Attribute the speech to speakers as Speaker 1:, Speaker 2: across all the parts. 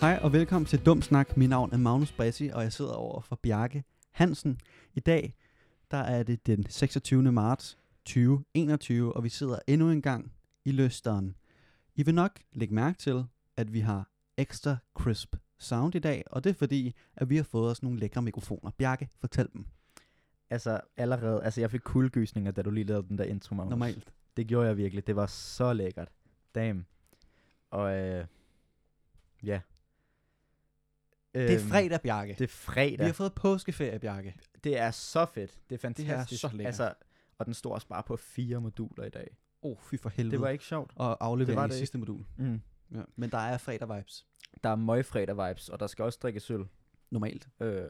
Speaker 1: Hej og velkommen til Dum Snak. Mit navn er Magnus Bressi, og jeg sidder over for Bjarke Hansen. I dag der er det den 26. marts 2021, og vi sidder endnu en gang i løsteren. I vil nok lægge mærke til, at vi har ekstra crisp sound i dag, og det er fordi, at vi har fået os nogle lækre mikrofoner. Bjarke, fortæl dem.
Speaker 2: Altså allerede, altså jeg fik kuldegysninger, da du lige lavede den der intro, Magnus.
Speaker 1: Normalt.
Speaker 2: Det gjorde jeg virkelig, det var så lækkert. Damn. Og øh, ja. Øhm,
Speaker 1: Øhm, Det er fredag, Bjarke.
Speaker 2: Det er fredag.
Speaker 1: Vi har fået påskeferie, Bjerke.
Speaker 2: Det er så fedt. Det er
Speaker 1: er
Speaker 2: fantastisk.
Speaker 1: så lækkert.
Speaker 2: Altså, og den står også bare på fire moduler i dag.
Speaker 1: Åh, oh, fy for helvede.
Speaker 2: Det var ikke sjovt.
Speaker 1: og aflevering
Speaker 2: det var
Speaker 1: i
Speaker 2: det
Speaker 1: sidste modul.
Speaker 2: Mm.
Speaker 1: Ja. Men der er fredag vibes.
Speaker 2: Der er møgfredag vibes, og der skal også drikkes øl.
Speaker 1: Normalt.
Speaker 2: Øh,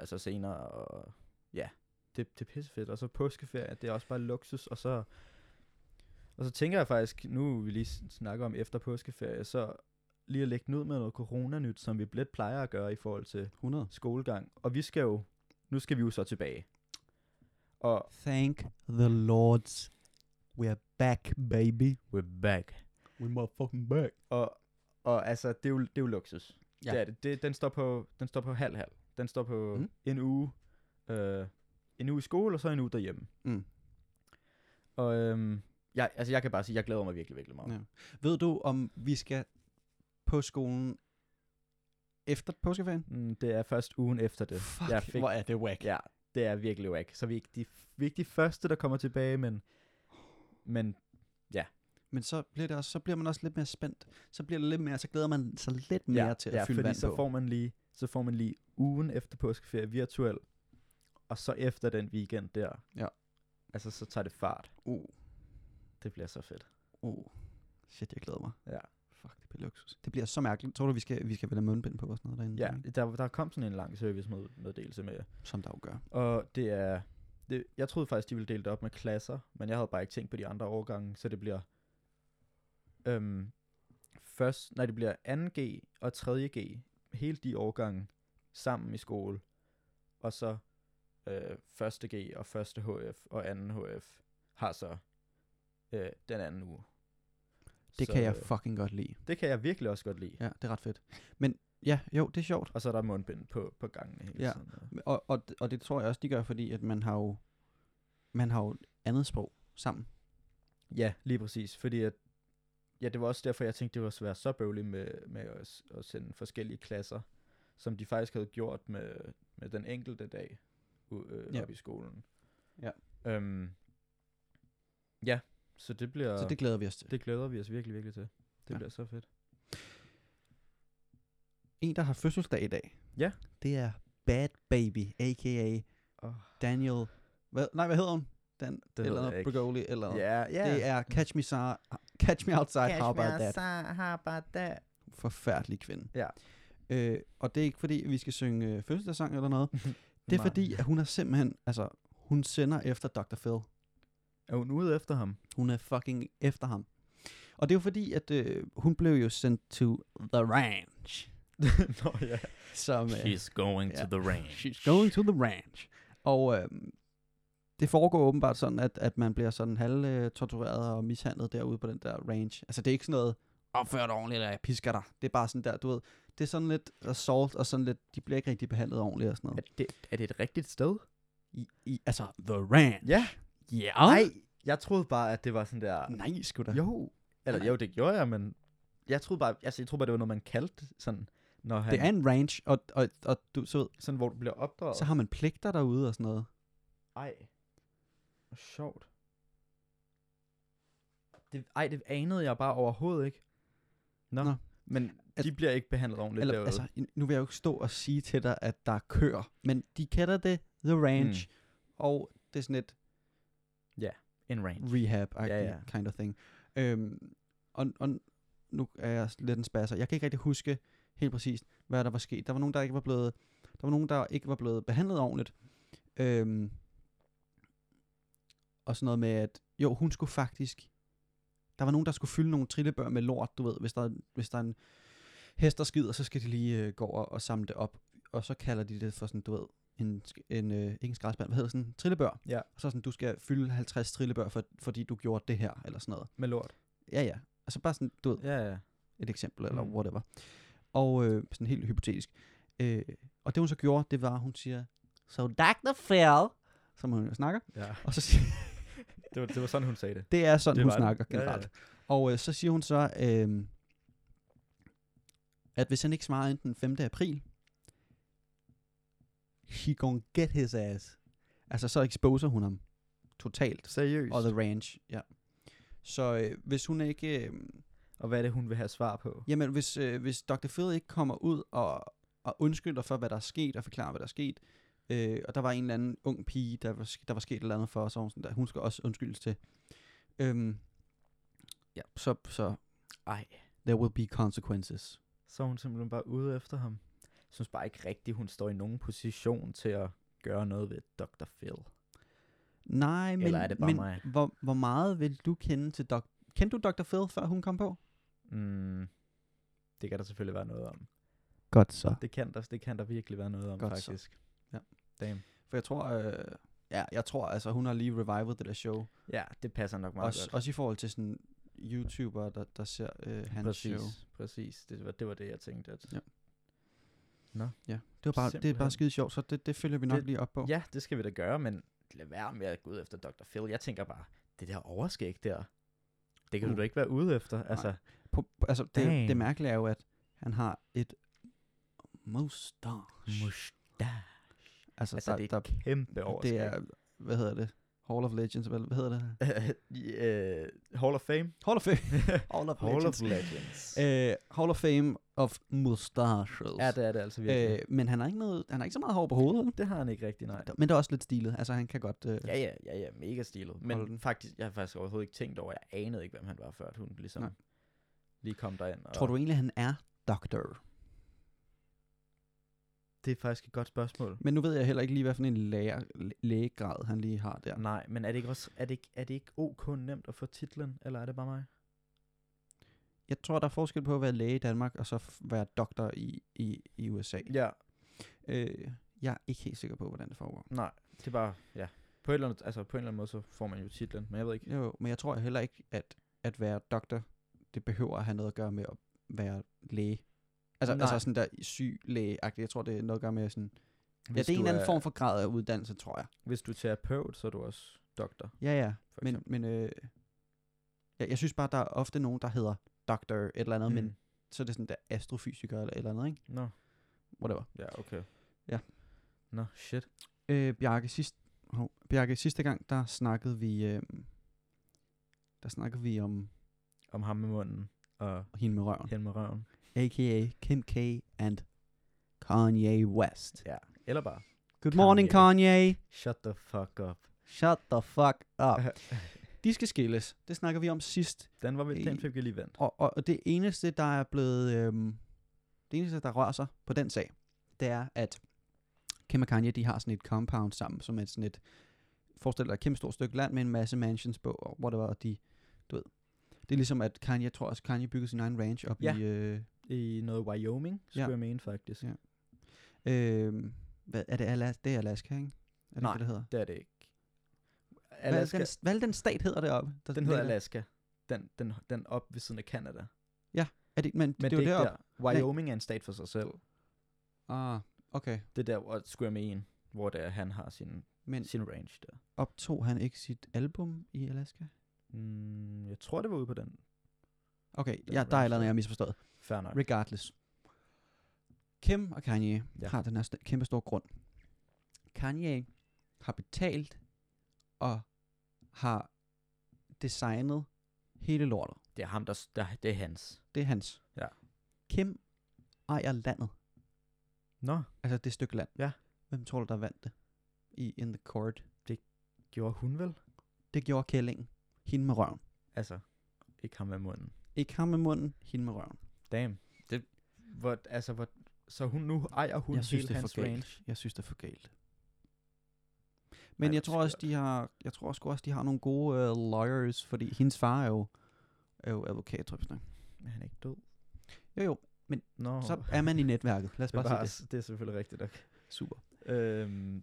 Speaker 2: altså senere, og ja, det, det er pissefedt. Og så påskeferie, det er også bare luksus, og så... Og så tænker jeg faktisk, nu vi lige s- snakker om efter påskeferie, så lige at lægge den ud med noget coronanyt, som vi lidt plejer at gøre i forhold til
Speaker 1: 100.
Speaker 2: skolegang. Og vi skal jo, nu skal vi jo så tilbage. Og
Speaker 1: Thank the lords. We're back, baby.
Speaker 2: we're back.
Speaker 1: We're motherfucking back.
Speaker 2: Og, og altså, det er jo, det er jo luksus.
Speaker 1: Ja.
Speaker 2: Ja. Det er det. det. Den står på, den står på halv-halv. Den står på
Speaker 1: Mm.
Speaker 2: mm. en uge, øh, en uge i skole, og så en uge derhjemme.
Speaker 1: Mm.
Speaker 2: Og øhm, jeg, altså jeg kan bare sige, jeg glæder mig virkelig, virkelig meget.
Speaker 1: Ja. Ved du, om vi skal på skolen efter påskeferien?
Speaker 2: Mm, det er først ugen efter det.
Speaker 1: Fuck,
Speaker 2: jeg fik,
Speaker 1: hvor er det whack.
Speaker 2: ja, det er virkelig whack. Så vi er ikke de, vi er ikke de første, der kommer tilbage, men, men
Speaker 1: Men så bliver, det også, så bliver man også lidt mere spændt. Så bliver det lidt mere, så glæder man sig lidt mere til at fylde
Speaker 2: fordi
Speaker 1: vand
Speaker 2: så
Speaker 1: på.
Speaker 2: får man lige, så får man lige ugen efter påskeferie virtuel, og så efter den weekend der.
Speaker 1: Ja.
Speaker 2: Altså, så tager det fart.
Speaker 1: Uh,
Speaker 2: Det bliver så fedt.
Speaker 1: uh. Shit, jeg glæder mig.
Speaker 2: Ja.
Speaker 1: Fuck, det bliver luksus. Det bliver så mærkeligt. Tror du, vi skal, vi skal vel have mundbind på og sådan noget derinde?
Speaker 2: Ja, der, der kom sådan en lang servicemeddelelse med,
Speaker 1: Som der jo gør.
Speaker 2: og det er, det, jeg troede faktisk, de ville dele det op med klasser, men jeg havde bare ikke tænkt på de andre årgange, så det bliver øhm, først, nej, det bliver 2G og 3G, hele de årgange sammen i skole, og så øh, 1.G og 1. HF og 2. HF har så øh, den anden uge.
Speaker 1: Det
Speaker 2: så,
Speaker 1: så, kan jeg
Speaker 2: øh,
Speaker 1: fucking godt lide.
Speaker 2: det kan jeg virkelig også godt lide.
Speaker 1: Ja, det er ret fedt. Men ja, jo, det er sjovt.
Speaker 2: Og så er der mundbind på, på gangene hele
Speaker 1: Ja.
Speaker 2: tiden. og-
Speaker 1: Og, og, og det tror jeg også, de gør, fordi at man har jo, man har jo et andet sprog sammen.
Speaker 2: Ja, lige præcis. Fordi at, ja, det var også derfor, jeg tænkte, det var svært så bøvligt med, med at, s- at sende forskellige klasser, som de faktisk havde gjort med, med den enkelte dag u- øh,
Speaker 1: Ja.
Speaker 2: ja. op i skolen.
Speaker 1: Ja.
Speaker 2: Øhm, ja, så det bliver...
Speaker 1: Ja. Så det glæder vi os til. Det.
Speaker 2: det glæder vi os virkelig, virkelig til. Det
Speaker 1: Ja.
Speaker 2: ja. bliver så fedt.
Speaker 1: En, der har fødselsdag i dag,
Speaker 2: Ja.
Speaker 1: det er Bad Baby, a.k.a.
Speaker 2: Oh,
Speaker 1: Daniel... Hvad, nej, hvad hedder hun? Dan, det
Speaker 2: ved
Speaker 1: eller
Speaker 2: jeg
Speaker 1: noget
Speaker 2: ikke.
Speaker 1: Brigoli, eller noget.
Speaker 2: ja, ja.
Speaker 1: Det er Catch Me, Sar, Catch me Outside, Catch How About That.
Speaker 2: How about that?
Speaker 1: Forfærdelig kvinde.
Speaker 2: Ja.
Speaker 1: Øh, og det er ikke fordi, vi skal synge øh, fødselsdagssang eller noget. Det er fordi, at hun er simpelthen... Altså, hun sender efter Dr. Phil.
Speaker 2: Er hun ude efter ham?
Speaker 1: Hun er fucking efter ham. Og det er jo fordi, at øh, hun blev jo sendt to The Ranch.
Speaker 2: Nå ja.
Speaker 1: Som, øh,
Speaker 2: going
Speaker 1: to
Speaker 2: the range.
Speaker 1: she's going to The Ranch. Og øh, det foregår åbenbart sådan, at, at man bliver sådan halv øh, tortureret og mishandlet derude på den der ranch. Altså det er ikke sådan noget, opfør dig ordentligt, eller jeg pisker dig. Det er bare sådan der, du ved, det er sådan lidt assault, og sådan lidt, de bliver ikke rigtig behandlet ordentligt og sådan
Speaker 2: Er
Speaker 1: noget.
Speaker 2: det, er det et rigtigt sted?
Speaker 1: I, i, altså, The Ranch.
Speaker 2: Ja.
Speaker 1: Yeah.
Speaker 2: Nej, jeg troede bare, at det var sådan der...
Speaker 1: Nej, sgu da.
Speaker 2: Jo. Eller
Speaker 1: Nej.
Speaker 2: jo, det gjorde jeg, men... Jeg troede bare, altså, jeg troede bare det var noget, man kaldte sådan... Når han,
Speaker 1: Det er en ranch, og, og, og du, så, ved,
Speaker 2: Sådan, hvor du bliver opdraget.
Speaker 1: så har man pligter derude og sådan noget.
Speaker 2: Ej. Hvor sjovt. Det, ej, det anede jeg bare overhovedet ikke. Nå.
Speaker 1: Nå.
Speaker 2: Nå. Men
Speaker 1: Al-
Speaker 2: de bliver ikke behandlet ordentligt
Speaker 1: Eller,
Speaker 2: derude.
Speaker 1: altså, nu vil jeg jo ikke stå og sige til dig, at der er køer, men de kalder det The Ranch, mm. og det er sådan et
Speaker 2: en range.
Speaker 1: rehab
Speaker 2: Ja, ja.
Speaker 1: kind of thing. Øhm, og, og nu er jeg s- lidt en spasser. Jeg kan ikke rigtig huske helt præcist, hvad der var sket. Der var nogen, der ikke var blevet, der var nogen, der ikke var blevet behandlet ordentligt. Øhm, og sådan noget med, at jo, hun skulle faktisk... Der var nogen, der skulle fylde nogle trillebør med lort, du ved. Hvis der, er- hvis der er en hest, der skider, så skal de lige øh, gå over og samle det op. Og så kalder de det for sådan, du ved, en, sk- en øh, ikke en skraldespand, hvad hedder sådan, en trillebør.
Speaker 2: Ja.
Speaker 1: Og så sådan, du skal fylde 50 trillebør, for, fordi du gjorde det her, eller sådan noget.
Speaker 2: Med lort.
Speaker 1: Ja, ja. Altså bare sådan, du ved,
Speaker 2: Ja, ja.
Speaker 1: et eksempel, eller
Speaker 2: Mm.
Speaker 1: whatever. Og øh, sådan helt hypotetisk. Øh, og det hun så gjorde, det var, hun siger, So Dr. Phil, som hun jo snakker.
Speaker 2: Ja.
Speaker 1: Og så siger,
Speaker 2: Det var, det var sådan, hun sagde det.
Speaker 1: det er sådan,
Speaker 2: Det
Speaker 1: hun
Speaker 2: var det.
Speaker 1: snakker
Speaker 2: Ja, ja, ja.
Speaker 1: generelt. Og øh, så siger hun så, øh, at hvis han ikke svarer inden den 5. april, he gonna get his ass. Altså, så exposer hun ham totalt.
Speaker 2: Seriøst.
Speaker 1: Og The Ranch, ja. Så øh, hvis hun ikke... Øh,
Speaker 2: Og hvad er det, hun vil have svar på?
Speaker 1: jamen, hvis, øh, hvis Dr. Phil ikke kommer ud og, og undskylder for, hvad der er sket, og forklarer, hvad der er sket, øh, og der var en eller anden ung pige, der var, sk- der var sket et eller andet for, og så var hun sådan der, hun skal også undskyldes til. Øhm, ja, så, så... Ej. There will be consequences.
Speaker 2: Så er hun simpelthen bare ude efter ham. Jeg synes bare ikke rigtigt, hun står i nogen position til at gøre noget ved Dr. Phil.
Speaker 1: Nej, men,
Speaker 2: Eller er det bare
Speaker 1: men
Speaker 2: mig?
Speaker 1: Hvor, hvor meget vil du kende til Dr. Kendte du Dr. Phil, før hun kom på?
Speaker 2: Mm, det kan der selvfølgelig være noget om.
Speaker 1: Godt så.
Speaker 2: Det kan der, det kan der virkelig være noget om,
Speaker 1: Godt så.
Speaker 2: faktisk.
Speaker 1: Ja.
Speaker 2: Damn.
Speaker 1: For jeg tror, øh, ja, jeg tror, altså hun har lige revivet det der show.
Speaker 2: Ja, det passer nok meget
Speaker 1: Også,
Speaker 2: godt.
Speaker 1: også i forhold til sådan YouTuber, der, der ser øh, hans
Speaker 2: præcis,
Speaker 1: show.
Speaker 2: præcis. Det var, det var det, jeg tænkte. At...
Speaker 1: Ja.
Speaker 2: Ja.
Speaker 1: Det, var bare, det er
Speaker 2: Simpelthen.
Speaker 1: bare skide sjovt, så det, det følger vi nok det,
Speaker 2: Det-
Speaker 1: lige op på.
Speaker 2: ja, det skal vi da gøre, men lad være med at gå ud efter Dr. Phil. Jeg tænker bare, det der overskæg der, det kan uh.
Speaker 1: Uh.
Speaker 2: du da ikke være ude efter. Altså,
Speaker 1: På, på- altså, det, det
Speaker 2: Damn.
Speaker 1: mærkelige er jo, at han har et mustache.
Speaker 2: mustache.
Speaker 1: Altså,
Speaker 2: Altså,
Speaker 1: der,
Speaker 2: det er
Speaker 1: der,
Speaker 2: et kæmpe overskæg.
Speaker 1: det er, hvad hedder det? Hall of Legends, hvad, hvad hedder det?
Speaker 2: uh, Hall of Fame.
Speaker 1: Hall of Fame. Hall of
Speaker 2: Hall of
Speaker 1: Legends.
Speaker 2: Legends.
Speaker 1: Øh, Hall of Fame of mustaches.
Speaker 2: ja, det er det altså virkelig.
Speaker 1: Øh, men han har ikke noget, han har ikke så meget hår på hovedet.
Speaker 2: det har han ikke rigtig, nej.
Speaker 1: Men det er også lidt stilet. Altså, han kan godt... Øh,
Speaker 2: Ja, ja, ja, ja, mega stilet. Men
Speaker 1: Hold den.
Speaker 2: faktisk, jeg har faktisk overhovedet ikke tænkt over, jeg anede ikke, hvem han var, før at hun ligesom
Speaker 1: Nej.
Speaker 2: nej. lige kom derind. Og
Speaker 1: Tror du egentlig, han er doktor?
Speaker 2: Det er faktisk et godt spørgsmål.
Speaker 1: Men nu ved jeg heller ikke lige, hvad for en læger, læ- lægegrad han lige har der.
Speaker 2: Ja. Nej, men er det, ikke også, er, det ikke, er det ikke ok nemt at få titlen, eller er det bare mig?
Speaker 1: Jeg tror, der er forskel på at være læge i Danmark, og så f- være doktor i, i, i USA.
Speaker 2: Ja,
Speaker 1: Øh, jeg er ikke helt sikker på, hvordan det foregår.
Speaker 2: nej, det er bare, ja. På, et eller andet, altså på en eller anden måde, så får man jo titlen, men jeg ved ikke.
Speaker 1: Jo, men jeg tror heller ikke, at at være doktor, det behøver at have noget at gøre med at være læge. Altså,
Speaker 2: Nej.
Speaker 1: altså sådan der syg læge -agtigt. Jeg tror, det er noget at gøre med sådan... Ja,
Speaker 2: Hvis
Speaker 1: det er en
Speaker 2: du
Speaker 1: eller anden form for grad af uddannelse, tror jeg.
Speaker 2: Hvis du er terapeut, så er du også doktor,
Speaker 1: Ja, ja.
Speaker 2: for
Speaker 1: Men,
Speaker 2: eksempel.
Speaker 1: men øh, jeg, jeg synes bare, der er ofte nogen, der hedder doktor et eller andet, mm. men så er det sådan der astrofysiker eller et eller andet, ikke?
Speaker 2: Mm. Hmm. Nå,
Speaker 1: Whatever.
Speaker 2: ja, okay.
Speaker 1: Ja.
Speaker 2: Nå, shit.
Speaker 1: Øh, Bjarke, sidst, hov, Bjarke, sidste gang, der snakkede vi... Øh, der snakkede vi om
Speaker 2: Om ham med munden og
Speaker 1: hende med røven.
Speaker 2: hen med røven.
Speaker 1: A.k.a. Kim K. and Kanye West.
Speaker 2: Ja, eller bare,
Speaker 1: Good morning, Kanye.
Speaker 2: shut the fuck up.
Speaker 1: Shut the fuck up.
Speaker 2: Ah.
Speaker 1: De skal skilles. Det snakker vi om sidst.
Speaker 2: Den var vi,
Speaker 1: Øh,
Speaker 2: den fik vi lige vendt.
Speaker 1: Og, og, og det eneste, der er blevet... Øhm, det eneste, der rører sig på den sag, det er, at Kim og Kanye, de har sådan et compound sammen, som er sådan et... Forestil dig et kæmpe stort stykke land med en masse mansions på, og hvor det var, de... Du ved. Det er ligesom, at Kanye, jeg tror også, Kanye byggede sin egen ranch op
Speaker 2: Ja.
Speaker 1: i... Øh,
Speaker 2: I noget Wyoming, skulle
Speaker 1: Ja.
Speaker 2: ja. jeg mene faktisk.
Speaker 1: Ja. øh, hvad, er det, Alaska? det er Alaska, ikke? Er det,
Speaker 2: Nej.
Speaker 1: Hvad det hedder?
Speaker 2: Det er det ikke.
Speaker 1: Alaska.
Speaker 2: Alaska,
Speaker 1: Hvad, er den, hvad er den stat hedder deroppe? Der
Speaker 2: den hedder
Speaker 1: ligger-
Speaker 2: Alaska. Den, den, den op ved siden af Canada.
Speaker 1: Er det, men,
Speaker 2: Men
Speaker 1: det, det er jo
Speaker 2: ikke
Speaker 1: deroppe.
Speaker 2: der. Wyoming er en stat for sig selv.
Speaker 1: Ah, okay.
Speaker 2: Det er der, hvor, skulle jeg mene, hvor det er, han har sin,
Speaker 1: Men
Speaker 2: sin range der.
Speaker 1: optog han ikke sit album i Alaska?
Speaker 2: Mm, jeg tror, det var ude på den.
Speaker 1: Okay,
Speaker 2: Den
Speaker 1: ja,
Speaker 2: er
Speaker 1: der er et eller
Speaker 2: ret
Speaker 1: andet, jeg
Speaker 2: stor.
Speaker 1: har misforstået.
Speaker 2: Fair nok.
Speaker 1: Regardless. Kim og Kanye ja.
Speaker 2: Ja.
Speaker 1: har den her st- kæmpe store grund. Kanye har betalt og har designet hele lortet.
Speaker 2: Det er ham, der, s- der det er hans.
Speaker 1: Det er hans.
Speaker 2: Ja.
Speaker 1: Kim ejer landet.
Speaker 2: Nå,
Speaker 1: Altså det stykke land.
Speaker 2: Ja.
Speaker 1: Hvem tror du, der vandt det? I In The Court.
Speaker 2: gjorde hun vel?
Speaker 1: Det gjorde Kællingen. Hende med røven.
Speaker 2: Altså, ikke ham med munden.
Speaker 1: Ikke ham med munden, hende med røven.
Speaker 2: Damn. Det, hvor, altså, hvor, så hun nu ejer hun
Speaker 1: Jeg synes,
Speaker 2: hele
Speaker 1: det er
Speaker 2: hans
Speaker 1: for galt.
Speaker 2: range.
Speaker 1: Jeg synes, det er for galt. Men
Speaker 2: hvor
Speaker 1: jeg tror også,
Speaker 2: skørt.
Speaker 1: de har, jeg tror sgu også, de har nogle gode uh, lawyers, fordi hendes far er jo, er jo advokat, tror jeg. snart.
Speaker 2: Er han ikke død?
Speaker 1: Jo, jo,
Speaker 2: Nå,
Speaker 1: så er man i netværket. Lad os
Speaker 2: det, er
Speaker 1: bare sige det.
Speaker 2: bare, det. det er selvfølgelig rigtigt nok.
Speaker 1: Super.
Speaker 2: Øhm,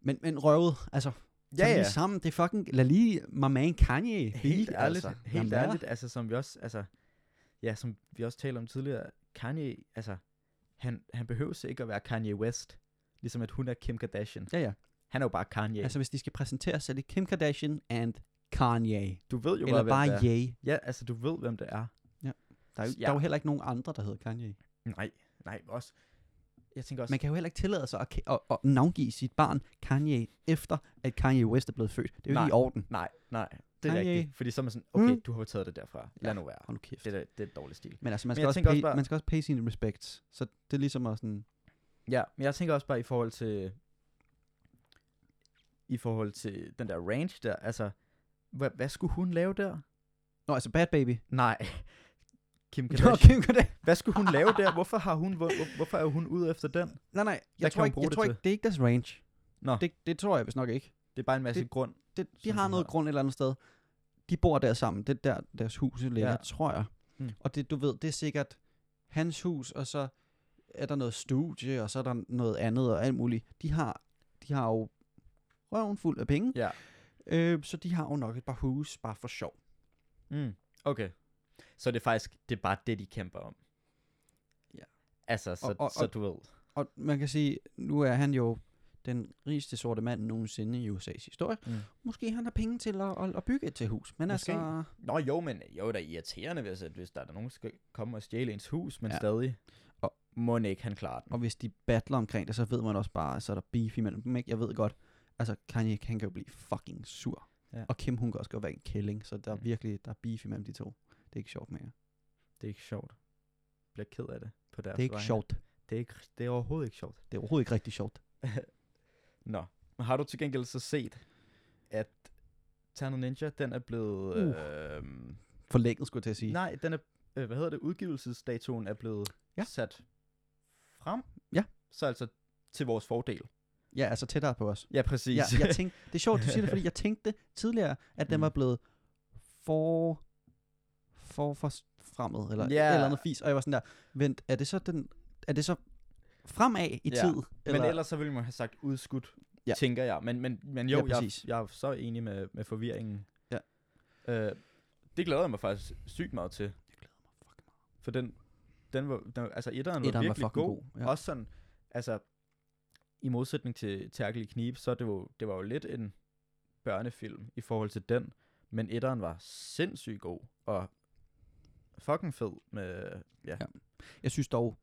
Speaker 1: Men, men røvet, altså, ja, ja. sammen, det er fucking, lad lige my man Kanye hvile,
Speaker 2: Helt ærligt,
Speaker 1: altså.
Speaker 2: helt
Speaker 1: Jamen,
Speaker 2: ærligt, altså som vi også, altså, ja, som vi også talte om tidligere, Kanye, altså, han, han behøver ikke at være Kanye West, ligesom at hun er Kim Kardashian.
Speaker 1: Ja, ja.
Speaker 2: Han er jo bare Kanye.
Speaker 1: Yeah.
Speaker 2: Altså,
Speaker 1: Altså, hvis de skal præsentere sig, det er Kim Kardashian and Kanye.
Speaker 2: du ved jo
Speaker 1: Eller
Speaker 2: godt,
Speaker 1: bare
Speaker 2: hvem det er.
Speaker 1: Ye.
Speaker 2: Ja, altså, du ved, hvem det er.
Speaker 1: Der er, jo,
Speaker 2: Ja.
Speaker 1: ja. der er jo heller ikke nogen andre, der hedder Kanye.
Speaker 2: Nej, nej, også. Jeg tænker også,
Speaker 1: Man kan jo heller ikke tillade sig at, at, at navngive sit barn Kanye, efter at Kanye West er blevet født. Det er jo
Speaker 2: Nej.
Speaker 1: ikke i orden.
Speaker 2: nej, nej, det er
Speaker 1: Kanye.
Speaker 2: rigtigt. Fordi så er man sådan, okay,
Speaker 1: Mm.
Speaker 2: du har jo taget det derfra. Lad
Speaker 1: Ja.
Speaker 2: nu være.
Speaker 1: Hold nu kæft.
Speaker 2: Det er, det er et dårligt stil.
Speaker 1: Men altså,
Speaker 2: Men
Speaker 1: man skal,
Speaker 2: jeg
Speaker 1: også
Speaker 2: tænker
Speaker 1: pay,
Speaker 2: også bare-
Speaker 1: man skal også pay sin respekt. Så det er ligesom at sådan...
Speaker 2: Ja, men jeg tænker også bare i forhold til i forhold til den der range der, altså hvad, hvad skulle hun lave der?
Speaker 1: Nå, altså Bad Baby.
Speaker 2: Nej. Kim
Speaker 1: Nå,
Speaker 2: Kardashian.
Speaker 1: Kim Kardashian.
Speaker 2: Hvad skulle hun lave der? Hvorfor har hun hvor, hvor- hvorfor er hun ude efter den?
Speaker 1: Nej, nej.
Speaker 2: kan
Speaker 1: Jeg tror,
Speaker 2: hun
Speaker 1: ikke,
Speaker 2: bruge
Speaker 1: jeg
Speaker 2: det
Speaker 1: tror
Speaker 2: til?
Speaker 1: ikke, det er ikke deres range.
Speaker 2: Nå.
Speaker 1: Det, det tror jeg vist nok ikke.
Speaker 2: Det er bare en masse
Speaker 1: Det-
Speaker 2: grund.
Speaker 1: Det, de
Speaker 2: Som
Speaker 1: har
Speaker 2: de
Speaker 1: noget
Speaker 2: har.
Speaker 1: grund et eller andet sted. De bor der sammen. Det er der, deres hus ligger,
Speaker 2: Ja.
Speaker 1: ja. tror jeg.
Speaker 2: Mm.
Speaker 1: Mm. Og det, du ved, det er sikkert hans hus, og så er der noget studie, og så er der noget andet og alt muligt. De har, de har jo røven fuld af penge,
Speaker 2: Ja.
Speaker 1: øh, så de har jo nok et par hus bare for sjov.
Speaker 2: Mm. Okay. Så det er faktisk det er bare det de kæmper om.
Speaker 1: Ja.
Speaker 2: Altså så, og,
Speaker 1: Og-
Speaker 2: og,
Speaker 1: og-
Speaker 2: så
Speaker 1: og-
Speaker 2: du ved.
Speaker 1: Og man kan sige, nu er han jo den rigeste sorte mand nogensinde i USA's historie.
Speaker 2: Mm.
Speaker 1: Mm. Måske han har penge til at, at, at bygge et til hus. Men
Speaker 2: Måske.
Speaker 1: Måske. altså,
Speaker 2: Nå jo, men jo det er da irriterende hvis, at hvis der er nogen der skal komme og stjæle ens hus, men ja.
Speaker 1: Ja.
Speaker 2: stadig. Og
Speaker 1: Og-
Speaker 2: må ikke han klarer den.
Speaker 1: og hvis de battler omkring det, så ved man også bare, så er der beef imellem dem, ikke? Jeg ved godt, altså Kanye, han kan jo blive fucking sur.
Speaker 2: Ja.
Speaker 1: Ja. Og Kim, hun kan også godt være en kælling, så der er
Speaker 2: Mm.
Speaker 1: virkelig, der er beef imellem de to. Det er ikke sjovt mere.
Speaker 2: Det er ikke sjovt. Jeg bliver ked af det på deres
Speaker 1: Det er ikke
Speaker 2: vegne.
Speaker 1: sjovt.
Speaker 2: Det er, ikke, det er overhovedet ikke sjovt.
Speaker 1: Det er overhovedet ikke rigtig sjovt.
Speaker 2: Nå, men har du til gengæld så set, at Ternet Ninja, den er blevet...
Speaker 1: Uh.
Speaker 2: Øh,
Speaker 1: Forlænget, skulle jeg til at sige.
Speaker 2: nej, den er, øh, hvad hedder det, udgivelsesdatoen er blevet ja.
Speaker 1: Ja.
Speaker 2: sat frem.
Speaker 1: Ja.
Speaker 2: Så altså til vores fordel.
Speaker 1: Ja, altså tættere på os.
Speaker 2: Ja, præcis.
Speaker 1: Jeg, jeg tænkte, det er sjovt, du siger det, fordi jeg tænkte tidligere, at den
Speaker 2: Mm.
Speaker 1: var blevet for, for, for fremmed, eller
Speaker 2: Ja.
Speaker 1: yeah. eller andet fis. Og jeg var sådan der, vent, er det så, den, er det så fremad i
Speaker 2: Ja.
Speaker 1: tid?
Speaker 2: Men ellers så ville man have sagt udskudt, ja.
Speaker 1: Ja.
Speaker 2: tænker jeg. Men, men, men jo,
Speaker 1: Ja,
Speaker 2: ja, jeg,
Speaker 1: præcis.
Speaker 2: jeg er så enig med, med forvirringen.
Speaker 1: Ja.
Speaker 2: Øh, det glæder jeg mig faktisk sygt meget til. For den, den var, den, var- altså etteren var
Speaker 1: Etteren var
Speaker 2: virkelig
Speaker 1: fucking
Speaker 2: god.
Speaker 1: god,
Speaker 2: Ja.
Speaker 1: ja.
Speaker 2: Også sådan, altså, i modsætning til Terkel i Knib, så det var, det var jo lidt en børnefilm i forhold til den. Men etteren var sindssygt god, og fucking fed med, ja. ja.
Speaker 1: Ja. Jeg synes dog,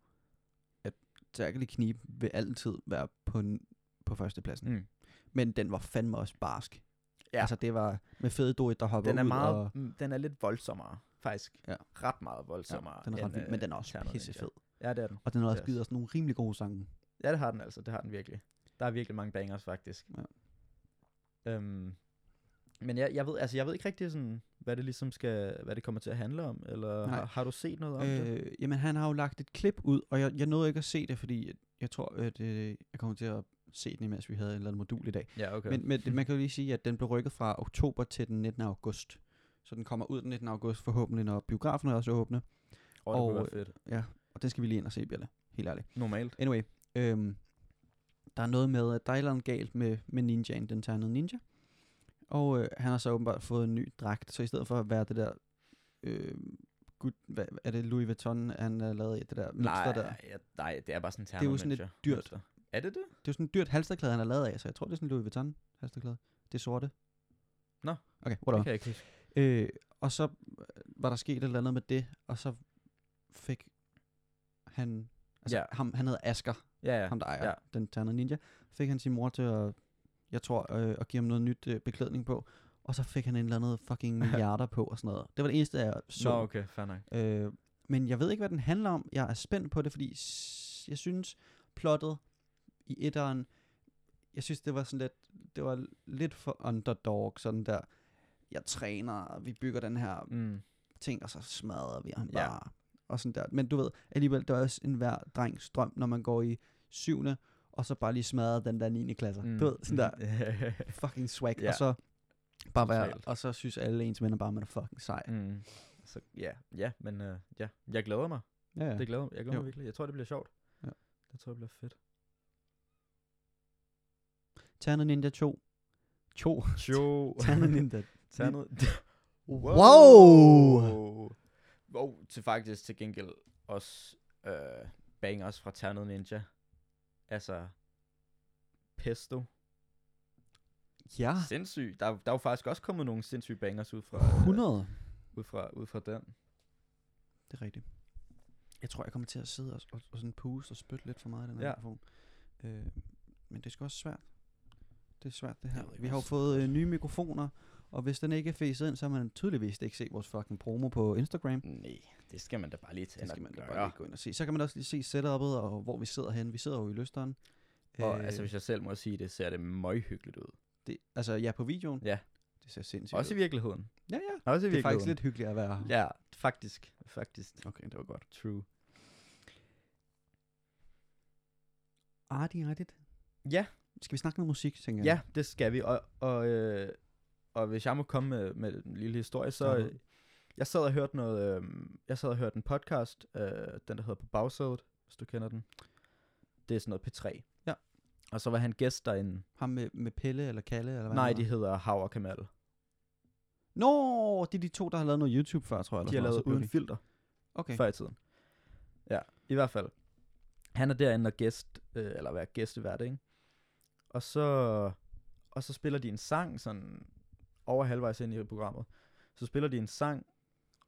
Speaker 1: at Tærkelig Knib vil altid være på, n- på førstepladsen. Mm.
Speaker 2: Mm.
Speaker 1: Men den var fandme også barsk.
Speaker 2: Ja.
Speaker 1: Altså, det var med fede dorit, der hopper
Speaker 2: Den er
Speaker 1: ud.
Speaker 2: meget,
Speaker 1: og,
Speaker 2: mm, den er lidt voldsommere, faktisk.
Speaker 1: Ja.
Speaker 2: Ret meget
Speaker 1: ja,
Speaker 2: voldsommere.
Speaker 1: den er ret
Speaker 2: end,
Speaker 1: vild,
Speaker 2: øh,
Speaker 1: men den er også
Speaker 2: Ternet
Speaker 1: pissefed.
Speaker 2: Ninja. Ja, det er den.
Speaker 1: Og den har også
Speaker 2: Yes.
Speaker 1: givet os nogle rimelig gode sange.
Speaker 2: Ja, det har den altså. Det har den virkelig. Der er virkelig mange bangers, faktisk.
Speaker 1: Ja.
Speaker 2: Øhm, men jeg, jeg, ved, altså, jeg ved ikke rigtig, sådan, hvad det ligesom skal, hvad det kommer til at handle om, eller
Speaker 1: Nej.
Speaker 2: har, har, du set noget om det?
Speaker 1: Øh, jamen, han har jo lagt et klip ud, og jeg, jeg nåede ikke at se det, fordi jeg, jeg tror, at øh, jeg kommer til at se den, imens vi havde et eller andet modul i dag.
Speaker 2: Ja, okay.
Speaker 1: Men, men det- man kan jo lige sige, at den blev rykket fra oktober til den 19. august. Så den kommer ud den 19. august, forhåbentlig, når biograferne også er åbne.
Speaker 2: og, det kunne
Speaker 1: og,
Speaker 2: være fedt.
Speaker 1: Ja, og den skal vi lige ind og se, Bjelle. Helt ærligt.
Speaker 2: Normalt.
Speaker 1: Anyway, øhm, der er noget med, at der er et eller andet galt med, med ninjaen, den ternede ninja. Og øh, han har så åbenbart fået en ny dragt, så i stedet for at være det der... Øh, gud, hvad, er det Louis Vuitton, han har lavet i det der mønster
Speaker 2: Nej,
Speaker 1: der?
Speaker 2: ja, nej, det er bare sådan en
Speaker 1: er jo sådan lidt
Speaker 2: termomentor-
Speaker 1: dyrt.
Speaker 2: mønster. Er det det?
Speaker 1: Det er jo sådan et dyrt halsterklæde, han har lavet af, så jeg tror, det er sådan en Louis Vuitton halsterklæde. Det sorte.
Speaker 2: Nå.
Speaker 1: Okay,
Speaker 2: Det
Speaker 1: whatever.
Speaker 2: kan jeg ikke huske.
Speaker 1: Øh, og så var der sket et eller andet med det, og så fik han... Altså,
Speaker 2: Ja.
Speaker 1: ja. ham, han hedder Asker,
Speaker 2: Ja, ja.
Speaker 1: ja. ham der ejer
Speaker 2: ja.
Speaker 1: ja. den ternede ninja, fik han sin mor til at, jeg tror, øh, at give ham noget nyt øh, beklædning på, og så fik han en eller anden fucking milliarder på og sådan noget. Det var det eneste, jeg så.
Speaker 2: Nå, okay, fair nok.
Speaker 1: Øh, men jeg ved ikke, hvad den handler om. Jeg er spændt på det, fordi s- jeg synes, plottet i etteren, jeg synes, det var sådan lidt, det var lidt for underdog, sådan der, jeg træner, og vi bygger den her
Speaker 2: Mm.
Speaker 1: ting, og så smadrer vi ham
Speaker 2: Ja.
Speaker 1: bare. Og sådan der. Men du ved, alligevel, det er også en hver drengs drøm, når man går i syvende, og så bare lige smadrer den der 9. klasse. Mm. Du ved, sådan der fucking swag.
Speaker 2: Ja.
Speaker 1: Ja. Og så bare være,
Speaker 2: Totalt.
Speaker 1: og så synes alle ens venner bare, man er fucking sej.
Speaker 2: mm. Så, ja, ja, men øh, ja, jeg glæder mig.
Speaker 1: Ja, ja.
Speaker 2: Det glæder, jeg glæder
Speaker 1: Jo.
Speaker 2: mig virkelig. Jeg tror, det bliver sjovt.
Speaker 1: Ja.
Speaker 2: Jeg tror, det bliver fedt.
Speaker 1: Ternet Ninja 2. 2.
Speaker 2: Jo.
Speaker 1: Ternet Ninja.
Speaker 2: Tag
Speaker 1: Vi-
Speaker 2: noget.
Speaker 1: Wow!
Speaker 2: wow! til faktisk til gengæld også øh, bangers fra Ternet Ninja. Altså, Pesto.
Speaker 1: Ja,
Speaker 2: Ah. Sindssygt. Der, er- der er jo faktisk også kommet nogle sindssyge bangers ud fra, øh,
Speaker 1: 100.
Speaker 2: ud fra, ud fra den.
Speaker 1: Det er rigtigt. Jeg tror, jeg kommer til at sidde og, og, og sådan puste og spytte lidt for meget i den her
Speaker 2: Ja.
Speaker 1: ja. mikrofon. Øh, men det er sgu også svært. Det er svært, det
Speaker 2: Jeg
Speaker 1: her.
Speaker 2: ved ikke,
Speaker 1: Vi
Speaker 2: hvad
Speaker 1: har jo
Speaker 2: jeg skal
Speaker 1: fået
Speaker 2: gøre.
Speaker 1: øh, nye mikrofoner, og hvis den ikke er fæset ind, så har man tydeligvis ikke set vores fucking promo på Instagram.
Speaker 2: Nej, det skal man da bare lige tage.
Speaker 1: Det
Speaker 2: ind og
Speaker 1: skal man da
Speaker 2: gøre.
Speaker 1: bare lige gå ind og se. Så kan man også lige se setup'et, og hvor vi sidder henne. Vi sidder jo i løsteren.
Speaker 2: Og øh, altså, hvis jeg selv må sige det, ser det møghyggeligt ud.
Speaker 1: det, altså, ja, på videoen.
Speaker 2: Ja.
Speaker 1: Det ser sindssygt
Speaker 2: Også
Speaker 1: ud.
Speaker 2: i virkeligheden.
Speaker 1: Ja, ja.
Speaker 2: Også i
Speaker 1: Det er faktisk
Speaker 2: virkeligheden.
Speaker 1: lidt hyggeligt at være her.
Speaker 2: Ja, faktisk. Faktisk.
Speaker 1: Okay, det var godt.
Speaker 2: True.
Speaker 1: Arti, artigt.
Speaker 2: Ja,
Speaker 1: Skal vi snakke noget musik, tænker jeg?
Speaker 2: ja, det skal vi. Og, og, øh, og hvis jeg må komme med, med en lille historie, så...
Speaker 1: Start
Speaker 2: Øh,
Speaker 1: ud.
Speaker 2: jeg sad og hørte noget... Øh, jeg sad og hørte en podcast, øh, den der hedder På Bagsædet, hvis du kender den. Det er sådan noget P3.
Speaker 1: Ja.
Speaker 2: Og så var han gæst derinde.
Speaker 1: Ham med, med Pelle eller Kalle, eller hvad
Speaker 2: Nej,
Speaker 1: han
Speaker 2: de
Speaker 1: hedder.
Speaker 2: hedder Hav og Kamal.
Speaker 1: Nå, det er de to, der har lavet noget YouTube før, tror jeg.
Speaker 2: De har
Speaker 1: sådan noget,
Speaker 2: lavet
Speaker 1: så blev
Speaker 2: uden
Speaker 1: de-
Speaker 2: filter.
Speaker 1: Okay.
Speaker 2: okay. før i tiden. Ja, i hvert fald. Han er derinde og gæst, øh, eller hvad, gæstevært, ikke? Og så, og så spiller de en sang, sådan over halvvejs ind i programmet. Så spiller de en sang,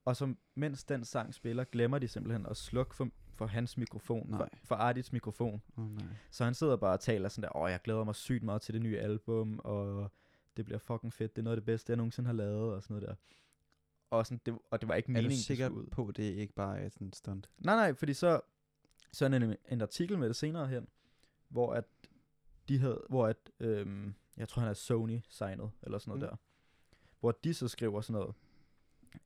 Speaker 2: og så mens den sang spiller, glemmer de simpelthen at slukke for, for hans mikrofon, for,
Speaker 1: Nej.
Speaker 2: for Ardits mikrofon.
Speaker 1: Oh, nej.
Speaker 2: Så han sidder bare og taler sådan der, åh, jeg glæder mig sygt meget til det nye album, og det bliver fucking fedt, det er noget af det bedste, jeg nogensinde har lavet, og sådan noget der. Og, sådan, det, og det var ikke
Speaker 1: Er
Speaker 2: meningen,
Speaker 1: du
Speaker 2: det
Speaker 1: sikker
Speaker 2: skulle ud.
Speaker 1: på, at det ikke bare er sådan en stunt?
Speaker 2: Nej, nej, fordi så, så er der en, en artikel med det senere hen, hvor at de havde, hvor at, øhm, jeg tror han er Sony signet, eller sådan noget
Speaker 1: Mm.
Speaker 2: mm. der, hvor de så skriver sådan noget,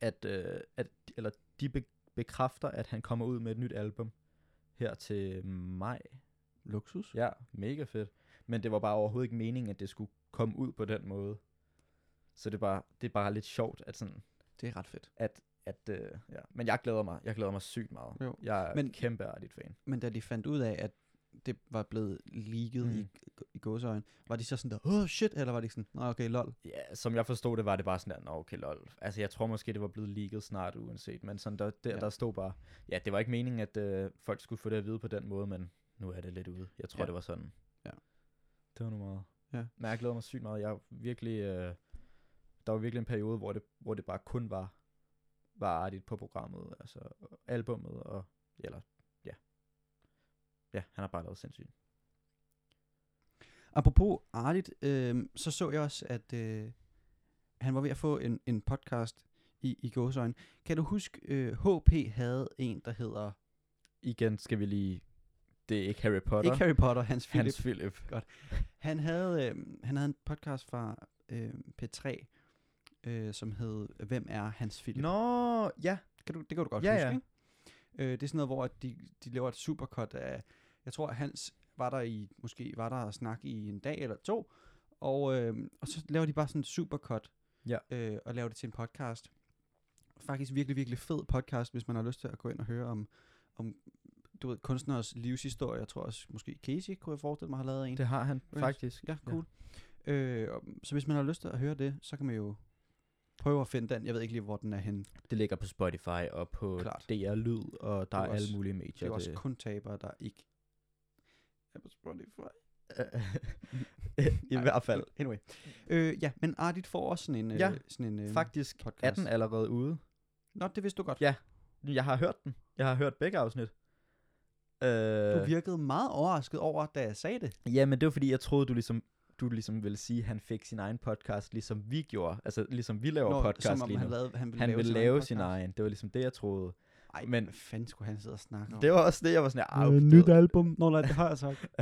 Speaker 2: at, øh, at eller de be, bekræfter, at han kommer ud med et nyt album her til maj.
Speaker 1: Luksus?
Speaker 2: Ja, mega fedt. Men det var bare overhovedet ikke meningen, at det skulle komme ud på den måde. Så det er bare, det er bare lidt sjovt, at sådan,
Speaker 1: Det er ret fedt.
Speaker 2: at, øh, ja. men jeg glæder mig, jeg glæder mig sygt meget.
Speaker 1: Jo.
Speaker 2: Jeg er
Speaker 1: Men-
Speaker 2: men, kæmpe artigt fan.
Speaker 1: Men da de fandt ud af, at det var blevet leaget mm. i,
Speaker 2: Mm.
Speaker 1: i gåseøjen, var de så sådan der, åh shit, eller var de sådan, nej okay, lol.
Speaker 2: Ja, som jeg forstod det, var det bare sådan, at "Nå, okay, lol. Altså, jeg tror måske, det var blevet leaget snart uanset, men sådan der, der,
Speaker 1: Ja.
Speaker 2: ja. der stod bare, ja, det var ikke meningen, at øh, folk skulle få det at vide på den måde, men nu er det lidt ude. Jeg tror,
Speaker 1: Ja.
Speaker 2: ja. det var sådan.
Speaker 1: Ja.
Speaker 2: Det var nu meget.
Speaker 1: Ja.
Speaker 2: Men jeg glæder mig sygt meget. Jeg er virkelig, øh, der var virkelig en periode, hvor det, hvor det bare kun var, var artigt på programmet, altså albummet, og, eller, ja. Ja, han har bare lavet sindssygt.
Speaker 1: Apropos artigt, øh, så så jeg også, at øh, han var ved at få en, en podcast i, i gåseøjen. Kan du huske, øh, HP havde en, der hedder,
Speaker 2: Igen skal vi lige, det er ikke Harry Potter.
Speaker 1: ikke Harry Potter, Hans Philip.
Speaker 2: Hans Philip.
Speaker 1: Han havde, øh, han havde en podcast fra øh, P3, øh, som hed Hvem er Hans Philip?
Speaker 2: Nå, ja.
Speaker 1: Kan du, det kan du godt
Speaker 2: Ja,
Speaker 1: huske,
Speaker 2: ja.
Speaker 1: ikke? Øh, det er sådan noget, hvor at de, de laver et supercut af... Jeg tror, at Hans var der i... Måske var der at snakke i en dag eller to. Og, øh, og så laver de bare sådan et supercut.
Speaker 2: Ja.
Speaker 1: Øh, og laver det til en podcast. Faktisk virkelig, virkelig fed podcast, hvis man har lyst til at gå ind og høre om, om du ved, kunstneres livshistorie. Jeg tror også, måske Casey, kunne jeg forestille mig, har lavet en.
Speaker 2: Det har han
Speaker 1: Okay.
Speaker 2: faktisk.
Speaker 1: Ja, cool. Ja. Øh, og- så hvis man har lyst til at høre det, så kan man jo prøve at finde den. Jeg ved ikke lige, hvor den er henne.
Speaker 2: Det ligger på Spotify og på
Speaker 1: Klart.
Speaker 2: DR Lyd, og der
Speaker 1: er
Speaker 2: er, er
Speaker 1: også-
Speaker 2: alle mulige
Speaker 1: Det er
Speaker 2: medier.
Speaker 1: jo også kun tabere, der ikke er på Spotify.
Speaker 2: I
Speaker 1: Ej,
Speaker 2: hvert fald.
Speaker 1: Anyway. Øh, ja, men Ardit får også sådan en... øh,
Speaker 2: Ja,
Speaker 1: sådan en øh,
Speaker 2: Faktisk er
Speaker 1: podcast.
Speaker 2: den allerede ude.
Speaker 1: Nå, det vidste du godt.
Speaker 2: Ja, Jeg har hørt den. Jeg har hørt begge afsnit. Øh,
Speaker 1: Du virkede meget overrasket over, da jeg sagde det.
Speaker 2: ja, men det var fordi, jeg troede, du ligesom, du ligesom ville sige, at han fik sin egen podcast, ligesom vi gjorde. Altså, ligesom vi laver Nå, podcast
Speaker 1: som om
Speaker 2: lige nu.
Speaker 1: han, lavede, han ville
Speaker 2: han
Speaker 1: lave,
Speaker 2: ville
Speaker 1: sin
Speaker 2: lave
Speaker 1: egen
Speaker 2: sin
Speaker 1: podcast.
Speaker 2: egen. Det var ligesom det, jeg troede.
Speaker 1: Ej, men
Speaker 2: men-
Speaker 1: hvad fanden skulle han sidde og snakke om?
Speaker 2: Det var også det, jeg var sådan, ah, okay, det-
Speaker 1: album. Nå, nej, det har jeg sagt.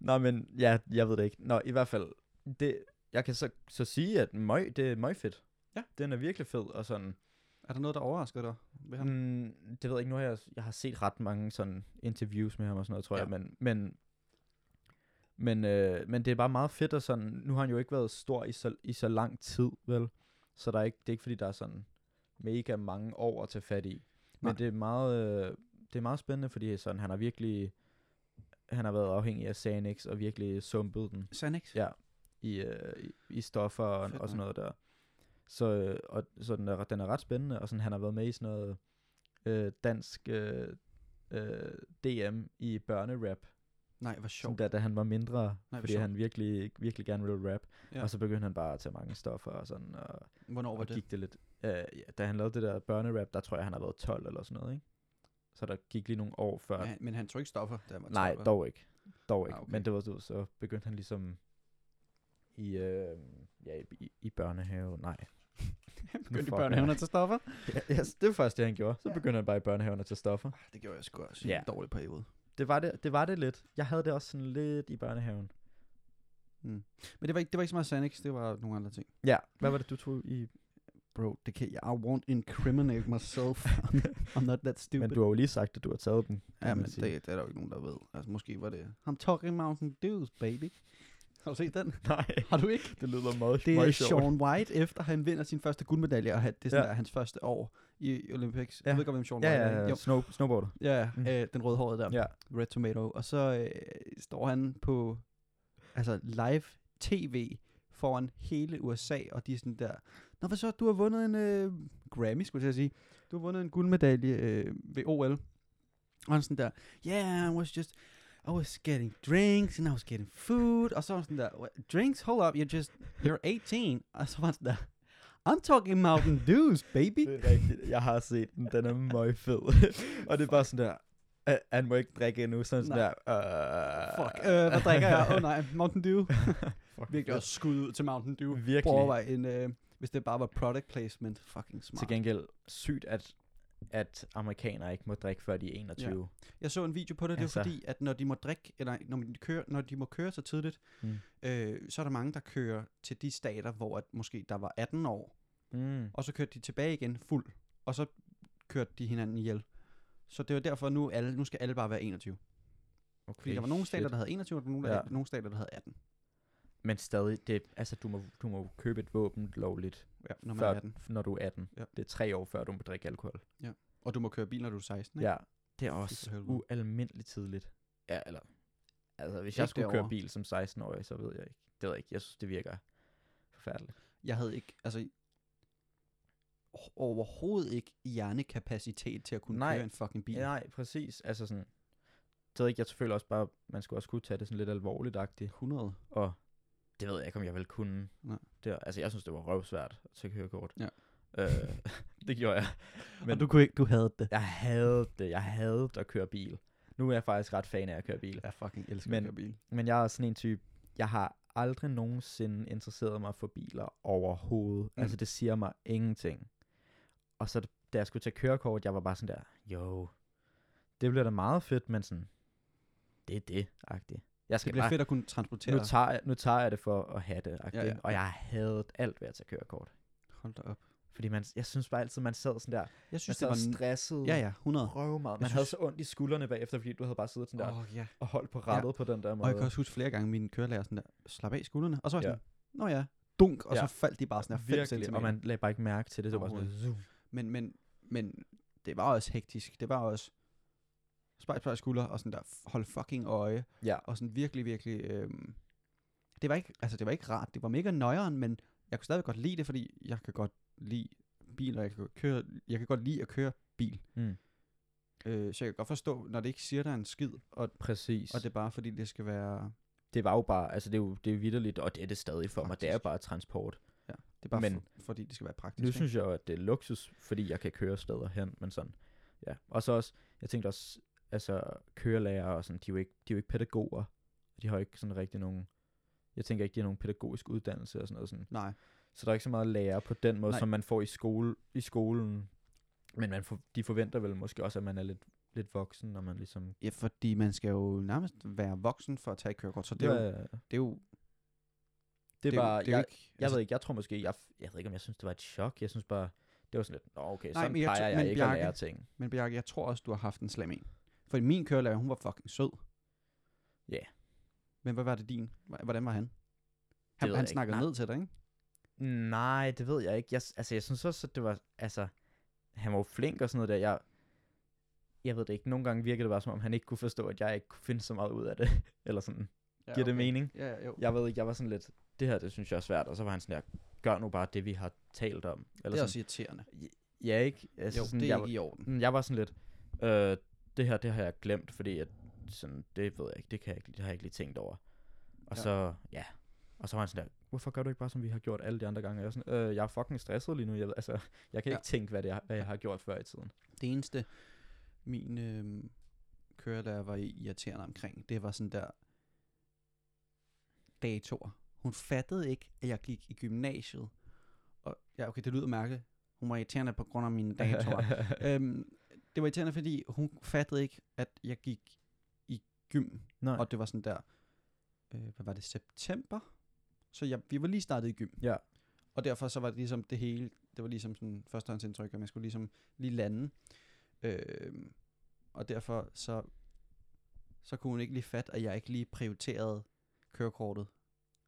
Speaker 2: Nå, men ja, jeg ved det ikke. Nå, i hvert fald, det, jeg kan så, så sige, at møg, det er møgfedt.
Speaker 1: Ja.
Speaker 2: Den er virkelig fed, og sådan,
Speaker 1: er der noget, der overrasker dig? Ved ham?
Speaker 2: mm, det ved jeg ikke, nu har jeg, jeg har set ret mange sådan interviews med ham og sådan noget, tror
Speaker 1: Ja.
Speaker 2: jeg, men, men, men, øh, men det er bare meget fedt, og sådan, nu har han jo ikke været stor i så, i så lang tid, vel? Så der er ikke, det er ikke, fordi der er sådan mega mange år at tage fat i. Men
Speaker 1: Nej.
Speaker 2: det er meget, øh, det er meget spændende, fordi sådan, han har virkelig han har været afhængig af Xanax og virkelig sumpet den
Speaker 1: Sanix?
Speaker 2: Ja. i, øh, i, i stoffer og,
Speaker 1: Fedt
Speaker 2: og sådan
Speaker 1: nok.
Speaker 2: noget der. Så, øh, og, så den, er, den er ret spændende, og sådan, han har været med i sådan noget øh, dansk, øh, øh, DM i børnerap,
Speaker 1: Nej, hvor
Speaker 2: sådan
Speaker 1: sjovt.
Speaker 2: der, da han var mindre,
Speaker 1: hvor
Speaker 2: Nej, fordi
Speaker 1: sjovt.
Speaker 2: han virkelig, virkelig gerne ville rap.
Speaker 1: Ja.
Speaker 2: Ja. Og så begyndte han bare at tage mange stoffer og sådan, og,
Speaker 1: Hvornår var
Speaker 2: og
Speaker 1: det?
Speaker 2: gik det lidt. Øh, ja, da han lavede det der børnerap, der tror jeg, han har været 12 eller sådan noget, ikke? Så der gik lige nogle år før.
Speaker 1: Men han, men han tog ikke stoffer, da han var
Speaker 2: Nej,
Speaker 1: 12, vel?
Speaker 2: dog ikke. Dog
Speaker 1: Ah,
Speaker 2: ikke.
Speaker 1: okay.
Speaker 2: Men det var du, så begyndte han ligesom i, øh, ja, i- i, i børnehave. Nej.
Speaker 1: Han
Speaker 2: Nu
Speaker 1: begyndte i
Speaker 2: fucker
Speaker 1: børnehaven
Speaker 2: jeg.
Speaker 1: at tage stoffer.
Speaker 2: Ja, yes, det var faktisk det, han gjorde. Så
Speaker 1: Ja.
Speaker 2: begyndte han bare i børnehaven at tage stoffer.
Speaker 1: Det gjorde jeg sgu også i
Speaker 2: Ja.
Speaker 1: en dårlig periode.
Speaker 2: Det var det, det var det lidt. Jeg havde det også sådan lidt i børnehaven.
Speaker 1: Men det var ikke, det var ikke så meget Xanax, det var nogle andre ting.
Speaker 2: Ja, hvad var det, du tog i?
Speaker 1: Bro, det kan, I won't incriminate myself. I'm- I'm not that stupid.
Speaker 2: Men du har jo lige sagt, at du har taget den. kan
Speaker 1: ja,
Speaker 2: man
Speaker 1: men
Speaker 2: sige.
Speaker 1: det, det, er der jo ikke nogen, der ved. Altså, måske var det... I'm talking Mountain Dews, baby. Har du set den?
Speaker 2: Nej,
Speaker 1: Har du ikke?
Speaker 2: det lyder meget,
Speaker 1: Det er
Speaker 2: meget sjovt.
Speaker 1: Sean White, efter han vinder sin første guldmedalje, og han, det er sådan
Speaker 2: Ja.
Speaker 1: ja. der, hans første år i i Olympics. Ja.
Speaker 2: Ja.
Speaker 1: Jeg ved godt, hvem Sean
Speaker 2: Ja,
Speaker 1: White
Speaker 2: ja,
Speaker 1: er.
Speaker 2: ja.
Speaker 1: Jo.
Speaker 2: Snow, snowboarder.
Speaker 1: Ja,
Speaker 2: Mm.
Speaker 1: ja, øh, den rødhårede der.
Speaker 2: Ja.
Speaker 1: Red Tomato, og så øh, står han på altså live tv foran hele USA, og de er sådan der, Nå, hvad så, du har vundet en øh, Grammy, skulle jeg til at sige. Du har vundet en guldmedalje øh, ved OL. Og han er sådan der, yeah, I was just, I was getting drinks, and I was getting food, og så er han sådan der, "What- drinks, hold up, you're just, you're 18. Og så var han sådan der, I'm talking Mountain Dews, baby.
Speaker 2: Det er rigtigt. Jeg har set den. Den er meget fed. og det er bare sådan der, "Øh, han må ikke drikke endnu. Sådan, sådan der, øh,
Speaker 1: Fuck, øh, hvad drikker jeg? Åh oh, nej, Mountain Dew.
Speaker 2: Fuck,
Speaker 1: Virkelig også skud ud til Mountain Dew.
Speaker 2: Virkelig.
Speaker 1: Prøv at overveje Mm. en, øh, hvis det bare var product placement. Fucking smart.
Speaker 2: Til gengæld sygt, at, at amerikanere ikke må drikke før de er 21.
Speaker 1: Jeg så en video på det, det
Speaker 2: Altså.
Speaker 1: er fordi, at når de må drikke, eller når de, kører, når de må køre så tidligt,
Speaker 2: Mm.
Speaker 1: mm. øh, så er der mange, der kører til de stater, hvor at måske der var 18 år,
Speaker 2: Mm.
Speaker 1: og så kørte de tilbage igen fuld, og så kørte de hinanden ihjel. Så det var derfor, at nu, alle, nu skal alle bare være 21.
Speaker 2: Okay,
Speaker 1: Fordi der var nogle stater,
Speaker 2: shit.
Speaker 1: der havde 21, og der var nogle, der,
Speaker 2: Ja.
Speaker 1: ja. nogle stater, der havde 18.
Speaker 2: Men stadig, det, altså, du, må, du må jo købe et våben lovligt,
Speaker 1: Ja, når man
Speaker 2: før,
Speaker 1: er 18.
Speaker 2: når du er 18.
Speaker 1: Ja.
Speaker 2: Det er tre år før, du må drikke alkohol.
Speaker 1: Og du må køre bil, når du er 16, ikke?
Speaker 2: Ja, det er
Speaker 1: for
Speaker 2: også
Speaker 1: helvede.
Speaker 2: ualmindeligt tidligt. Ja, eller... Altså, hvis
Speaker 1: Ikke
Speaker 2: jeg skulle køre
Speaker 1: derovre.
Speaker 2: bil som 16-årig, så ved jeg ikke. Det ved jeg ikke. Jeg synes, det virker forfærdeligt.
Speaker 1: jeg havde ikke, altså o- overhovedet ikke hjernekapacitet til at kunne
Speaker 2: Nej.
Speaker 1: køre en fucking bil.
Speaker 2: Ja, nej, præcis. Altså sådan... Det ved jeg ikke, jeg selvfølgelig også bare, man skulle også kunne tage det sådan lidt alvorligt-agtigt.
Speaker 1: 100.
Speaker 2: Og det ved jeg ikke, om jeg ville kunne.
Speaker 1: Nej.
Speaker 2: Det var, altså, jeg synes, det var røvsvært at tage kørekort.
Speaker 1: Ja.
Speaker 2: Øh, det gjorde jeg. Men
Speaker 1: Men du kunne ikke, du havde det.
Speaker 2: jeg havde det. Jeg havde at køre bil. Nu er jeg faktisk ret fan af at køre bil.
Speaker 1: Jeg fucking elsker
Speaker 2: Men-
Speaker 1: at køre bil.
Speaker 2: Men jeg er sådan en type, jeg har aldrig nogensinde interesseret mig for biler overhovedet. Mm.
Speaker 1: Mm.
Speaker 2: Altså, det siger mig ingenting. Og så da jeg skulle tage kørekort, jeg var bare sådan der, jo, det bliver da meget fedt, men sådan, det er det, agtigt. Jeg
Speaker 1: Det
Speaker 2: skal
Speaker 1: bliver
Speaker 2: bare
Speaker 1: fedt at kunne transportere.
Speaker 2: nu tager, jeg, nu tager jeg det for at have det, ja,
Speaker 1: Ja,
Speaker 2: ja.
Speaker 1: ja.
Speaker 2: og jeg havde alt ved at tage kørekort.
Speaker 1: Hold da op.
Speaker 2: Fordi man, jeg synes bare altid, man sad sådan der,
Speaker 1: Jeg
Speaker 2: man
Speaker 1: synes, det
Speaker 2: sad
Speaker 1: var...
Speaker 2: var
Speaker 1: n-
Speaker 2: stresset,
Speaker 1: Ja, ja, 100.
Speaker 2: røv meget. Man
Speaker 1: Jeg
Speaker 2: havde
Speaker 1: synes-
Speaker 2: så ondt i skuldrene bagefter, fordi du havde bare siddet sådan der,
Speaker 1: Åh, oh, ja.
Speaker 2: og holdt på rattet ja. på den der
Speaker 1: Og
Speaker 2: måde.
Speaker 1: jeg kan også huske flere gange, min kørelærer sådan der, slap af skuldrene. Og så var jeg
Speaker 2: Ja.
Speaker 1: sådan, nå ja, dunk, og
Speaker 2: Ja.
Speaker 1: så faldt de bare sådan der 5
Speaker 2: Virkelig,
Speaker 1: cm.
Speaker 2: og man lagde bare ikke mærke til det. Det var sådan,
Speaker 1: Overhovedet. Men, men, men det var også hektisk. Det var også spejl, spejl, skulder, og sådan der, f- hold fucking øje.
Speaker 2: Ja.
Speaker 1: Og sådan virkelig, virkelig, øhm, det var ikke, altså det var ikke rart. Det var mega nøjeren, men jeg kunne stadig godt lide det, fordi jeg kan godt lide bil, og jeg kan godt, køre, jeg kan godt lide at køre bil.
Speaker 2: Mm.
Speaker 1: Øh, så jeg kan godt forstå, når det ikke siger dig en skid, og,
Speaker 2: præcis.
Speaker 1: og det er bare fordi, det skal være,
Speaker 2: det var jo bare, altså det er jo det er vidderligt, og det er det stadig for mig. Det er
Speaker 1: Faktisk.
Speaker 2: bare transport.
Speaker 1: det er bare
Speaker 2: Men-
Speaker 1: men, for, fordi, det skal være praktisk.
Speaker 2: Nu
Speaker 1: ikke?
Speaker 2: synes jeg jo, at det er luksus, fordi jeg kan køre steder hen, men sådan, ja. Og så også, jeg tænkte også, altså kørelærer og sådan, de er jo ikke, de er jo ikke pædagoger. De har jo ikke sådan rigtig nogen, jeg tænker ikke, de har nogen pædagogisk uddannelse og sådan noget sådan.
Speaker 1: Nej,
Speaker 2: Så der er ikke så meget lærer på den måde, Nej.
Speaker 1: Nej.
Speaker 2: som man får i, skole, i skolen. Men man for, de forventer vel måske også, at man er lidt, lidt voksen, når man ligesom...
Speaker 1: ja, fordi man skal jo nærmest være voksen for at tage et kørekort, så det, er, jo,
Speaker 2: det,
Speaker 1: det er jo
Speaker 2: det, var,
Speaker 1: det er jo, det er jo
Speaker 2: jeg,
Speaker 1: ikke,
Speaker 2: Jeg altså, ved ikke, jeg tror måske, jeg, f- jeg ved ikke, om jeg synes, det var et chok. Jeg synes bare, det var sådan lidt, nå okay,
Speaker 1: Nej,
Speaker 2: sådan
Speaker 1: men jeg
Speaker 2: plejer
Speaker 1: tror-
Speaker 2: jeg,
Speaker 1: men
Speaker 2: ikke at
Speaker 1: Bjarke-
Speaker 2: lære ting.
Speaker 1: Men Bjarke, jeg tror også, du har haft en slem en. For min kørelærer, hun var fucking sød.
Speaker 2: Ja.
Speaker 1: Men hvad var det din? Hva- Hvordan var han?
Speaker 2: ved
Speaker 1: Han,
Speaker 2: jeg
Speaker 1: han
Speaker 2: ikke.
Speaker 1: snakkede
Speaker 2: Nej.
Speaker 1: ned til dig, ikke?
Speaker 2: Nej, det ved jeg ikke. Jeg, s- altså, jeg synes også, at det var, altså, han var jo flink og sådan noget der. Jeg, jeg ved det ikke, nogle gange virkede det bare, som om han ikke kunne forstå, at jeg ikke kunne finde så meget ud af det. Eller sådan,
Speaker 1: Ja,
Speaker 2: giver det mening?
Speaker 1: Ja, ja, jo.
Speaker 2: Jeg ved ikke, jeg var sådan lidt, det her, det synes jeg er svært. Og så var han sådan der, gør nu bare det, vi har talt om. Eller
Speaker 1: det er
Speaker 2: sådan,
Speaker 1: også irriterende.
Speaker 2: Ja, ikke? Altså,
Speaker 1: Jo,
Speaker 2: sådan,
Speaker 1: det
Speaker 2: jeg,
Speaker 1: er
Speaker 2: var-
Speaker 1: ikke i orden.
Speaker 2: Mm, Jeg var sådan lidt, øh, det her, det har jeg glemt, fordi at, sådan, det ved jeg ikke, det, kan jeg ikke, det har jeg ikke lige tænkt over.
Speaker 1: Ja.
Speaker 2: Og ja. så, ja, og så var han sådan der, hvorfor gør du ikke bare, som vi har gjort alle de andre gange? Og Jeg er sådan, øh, jeg er fucking stresset lige nu, jeg, ved- altså, jeg kan
Speaker 1: Ja.
Speaker 2: ikke tænke, hvad, det er, hvad jeg har gjort før i tiden.
Speaker 1: Det eneste, min øh, kørelærer var irriterende omkring, det var sådan der datoer. Hun fattede ikke, at jeg gik i gymnasiet. Og ja, okay, det lyder mærkeligt. Hun var irriterende på grund af mine datoer.
Speaker 2: Øh,
Speaker 1: øhm, det var irriterende, fordi hun fattede ikke, at jeg gik i gym.
Speaker 2: Nej.
Speaker 1: Og det var sådan der, øh, hvad var det, september? Så jeg, vi var lige startet i gym.
Speaker 2: Ja.
Speaker 1: Og derfor så var det ligesom det hele, det var ligesom sådan førstehåndsindtryk, at man skulle ligesom lige lande. Øh, og derfor så, så kunne hun ikke lige fatte, at jeg ikke lige prioriterede kørekortet.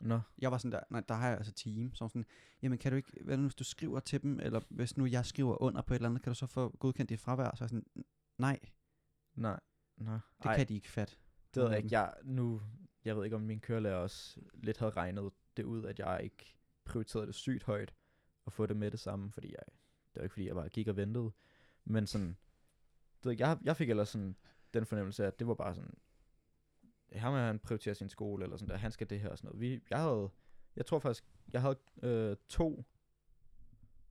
Speaker 2: Nå.
Speaker 1: Jeg var sådan der, nej, der har jeg altså time. Så var hun sådan, jamen kan du ikke, hvad nu hvis du skriver til dem, eller hvis nu jeg skriver under på et eller andet, kan du så få godkendt dit fravær? Så var jeg sådan, nej,
Speaker 2: Nej. Nej.
Speaker 1: det Ej. kan de ikke fatte.
Speaker 2: Det ved jeg
Speaker 1: Mm.
Speaker 2: ikke. Jeg, nu, jeg ved ikke, om min kørelærer også lidt havde regnet det ud, at jeg ikke prioriterede det sygt højt og få det med det samme, fordi jeg, det var ikke, fordi jeg bare gik og ventede. Men sådan, det ved jeg, ikke, jeg, jeg fik ellers sådan den fornemmelse af, at det var bare sådan, ham her, han prioriterer sin skole, eller sådan der, han skal det her og sådan noget. Vi, jeg havde, jeg tror faktisk, jeg havde øh, to,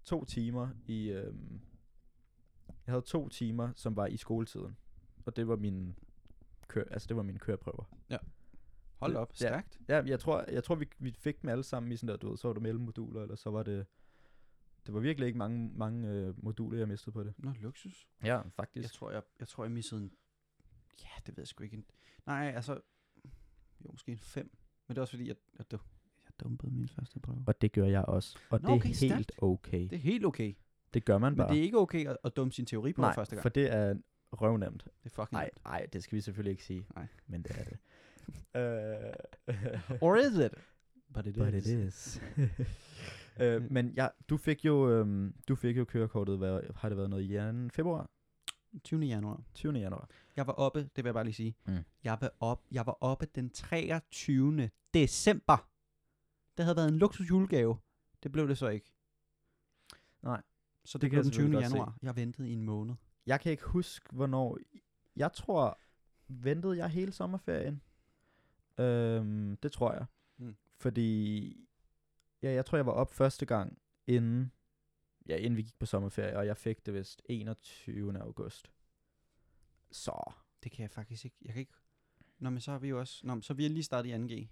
Speaker 2: to timer i, øh, jeg havde to timer, som var i skoletiden. Og det var min, kør, altså det var mine køreprøver.
Speaker 1: Hold op,
Speaker 2: Ja.
Speaker 1: stærkt.
Speaker 2: Ja, jeg tror, jeg tror vi, vi fik dem alle sammen i sådan der, du ved, så var det mellemmoduler, eller så var det... Det var virkelig ikke mange, mange øh, moduler, jeg mistede på det.
Speaker 1: Nå, luksus.
Speaker 2: Ja,
Speaker 1: Jeg
Speaker 2: faktisk.
Speaker 1: tror, jeg, jeg tror, jeg missede en... Ja, det ved jeg sgu ikke. En... Nej, altså... Jo, måske en 5. Men det er også fordi, jeg, jeg, dum... jeg dumpede min første prøve.
Speaker 2: Og det gør jeg også. Og
Speaker 1: Nå,
Speaker 2: det er
Speaker 1: okay,
Speaker 2: helt
Speaker 1: stærkt.
Speaker 2: okay.
Speaker 1: Det er helt okay.
Speaker 2: Det gør man
Speaker 1: Men
Speaker 2: bare.
Speaker 1: det er ikke okay at, at dumme sin teori på
Speaker 2: Nej,
Speaker 1: første gang.
Speaker 2: for det er røvnemt.
Speaker 1: Det er fucking
Speaker 2: Nej,
Speaker 1: nemt.
Speaker 2: nej, det skal vi selvfølgelig ikke sige.
Speaker 1: Nej.
Speaker 2: Men det er det. Øh,
Speaker 1: Or is it? But it
Speaker 2: But it is. øh, men ja, du fik jo, øhm, du fik jo kørekortet, hvad, har det været noget i jan- februar?
Speaker 1: 20. januar.
Speaker 2: 20. januar.
Speaker 1: Jeg var oppe, det vil jeg bare lige sige.
Speaker 2: Mm.
Speaker 1: Jeg, var op, jeg var oppe den 23. december. Det havde været en luksus julegave. Det blev det så ikke.
Speaker 2: Nej.
Speaker 1: Så det, det blev
Speaker 2: kan jeg
Speaker 1: den 20.
Speaker 2: selvfølgelig godt se.
Speaker 1: januar. Jeg ventede i en måned.
Speaker 2: Jeg kan ikke huske, hvornår... Jeg tror, ventede jeg hele sommerferien? Øhm, det tror jeg.
Speaker 1: Mm.
Speaker 2: Mm. Fordi... Ja, jeg tror, jeg var op første gang, inden, ja, inden vi gik på sommerferie, og jeg fik det vist 21. august. Så...
Speaker 1: Det kan jeg faktisk ikke. Jeg kan ikke... Nå, men så har vi jo også... Nå, men så er vi lige startet i 2G.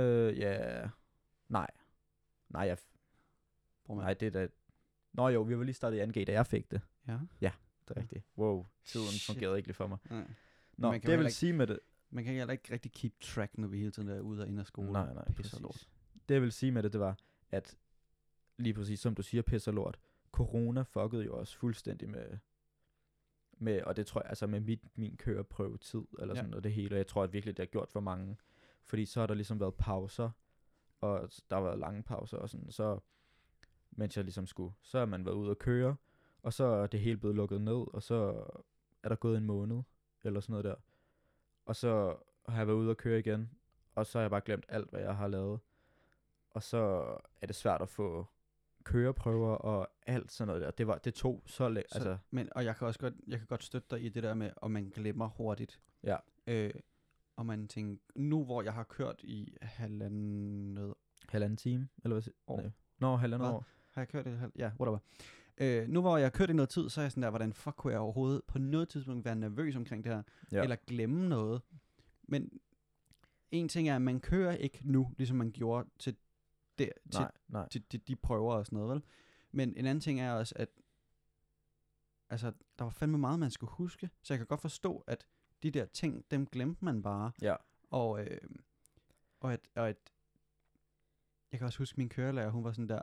Speaker 2: Øh, ja... Nej. Nej, jeg...
Speaker 1: Bror, man.
Speaker 2: Nej, det er da... Nå jo, vi var lige startet i 2G, da jeg fik det.
Speaker 1: Ja.
Speaker 2: Det er rigtigt. Wow, tiden
Speaker 1: Shit.
Speaker 2: fungerede ikke lige for mig.
Speaker 1: Nej. man kan jo
Speaker 2: Nå, det jeg
Speaker 1: heller
Speaker 2: vil
Speaker 1: ikke-
Speaker 2: sige med det,
Speaker 1: Man kan heller ikke rigtig keep track, når vi hele tiden er ude og ind af skole.
Speaker 2: Nej, nej,
Speaker 1: Pis og
Speaker 2: præcis.
Speaker 1: lort.
Speaker 2: Det jeg vil sige med det, det var, at lige præcis som du siger, pisser lort, corona fuckede jo også fuldstændig med, med og det tror jeg, altså med mit, min køreprøvetid, eller
Speaker 1: Ja.
Speaker 2: sådan noget det hele, og jeg tror at virkelig, det har gjort for mange, fordi så har der ligesom været pauser, og s- der har været lange pauser, og sådan, så mens jeg ligesom skulle, så har man været ude og køre, og så er det hele blevet lukket ned, og så er der gået en måned, eller sådan noget der, og så har jeg været ude og køre igen, og så har jeg bare glemt alt, hvad jeg har lavet. Og så er det svært at få køreprøver og alt sådan noget der. Det, var, det tog så længe.
Speaker 1: Så-
Speaker 2: Altså,
Speaker 1: Men, og jeg kan også godt, jeg kan godt støtte dig i det der med, om man glemmer hurtigt.
Speaker 2: Ja.
Speaker 1: Øh, og man tænker, nu hvor jeg har kørt i halvandet,
Speaker 2: halvanden time, eller hvad siger
Speaker 1: År.
Speaker 2: Nej. Nå, halvandet
Speaker 1: Hvad?
Speaker 2: år.
Speaker 1: har jeg kørt i et halv, ja, whatever. Øh, nu hvor jeg har kørt i noget tid, så er jeg sådan der, hvordan fuck kunne jeg overhovedet på noget tidspunkt være nervøs omkring det her? ja.
Speaker 2: Ja.
Speaker 1: eller glemme noget. Men en ting er, at man kører ikke nu, ligesom man gjorde til, der, til,
Speaker 2: Nej, nej.
Speaker 1: til, til de prøver og sådan noget, vel? Men en anden ting er også, at altså, der var fandme meget, man skulle huske, så jeg kan godt forstå, at de der ting, dem glemte man bare.
Speaker 2: Ja.
Speaker 1: Og, øh, og, at, og at, jeg kan også huske, min kørelærer, hun var sådan der,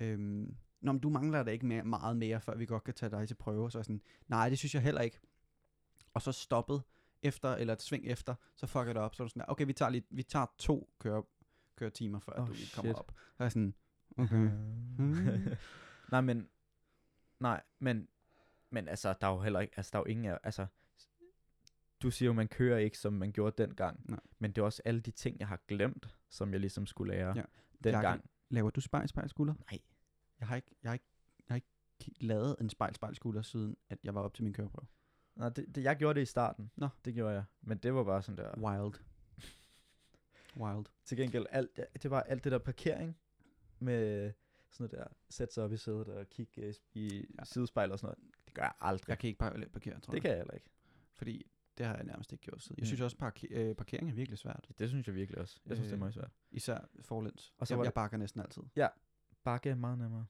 Speaker 1: øhm, Nå, men du mangler da ikke mere, meget mere, før vi godt kan tage dig til prøve. Så er jeg sådan, nej, det synes jeg heller ikke. Og så stoppet efter, eller et sving efter, så fucker jeg det op. Så er du sådan, der, okay, vi tager, lige, vi tager to køre, køretimer, før
Speaker 2: Åh,
Speaker 1: oh, du lige kommer
Speaker 2: shit.
Speaker 1: op. Så er jeg sådan, "Øh." okay. Hmm.
Speaker 2: nej, men... Nej, men... Men altså, der er jo heller ikke... Altså, der er jo ingen af... Altså, du siger jo, man kører ikke, som man gjorde dengang.
Speaker 1: Nej.
Speaker 2: Men det er også alle de ting, jeg har glemt, som jeg ligesom skulle lære
Speaker 1: Ja.
Speaker 2: ja.
Speaker 1: Jeg kan-
Speaker 2: dengang.
Speaker 1: Laver du spejl, spejl, skulder?
Speaker 2: Nej.
Speaker 1: Jeg har ikke, jeg har ikke, jeg har ikke ki- lavet en spejl, spejl, skulder, siden at jeg var op til min køreprøve.
Speaker 2: Nej, det, det, jeg gjorde det i starten.
Speaker 1: Nå.
Speaker 2: Det gjorde jeg. Men det var bare sådan der.
Speaker 1: Wild. Wild.
Speaker 2: Til gengæld, alt, ja, det var alt det der parkering med sådan noget der, sætte sig op i sædet og kigge øh, i
Speaker 1: Ja.
Speaker 2: ja. sidespejl og sådan noget. Det gør jeg aldrig.
Speaker 1: Jeg kan ikke parallelt parkere, tror
Speaker 2: det
Speaker 1: jeg.
Speaker 2: kan jeg heller ikke.
Speaker 1: Fordi det har jeg nærmest ikke gjort siden. Jeg
Speaker 2: Mm.
Speaker 1: synes også, parke- øh, parkering er virkelig svært.
Speaker 2: Det synes jeg virkelig også. Jeg synes, øh. det
Speaker 1: Øh.
Speaker 2: er meget svært.
Speaker 1: Især forlæns. Og
Speaker 2: Og
Speaker 1: så
Speaker 2: så
Speaker 1: jeg,
Speaker 2: var
Speaker 1: jeg
Speaker 2: det-
Speaker 1: bakker næsten altid.
Speaker 2: Bakke er meget nemmere.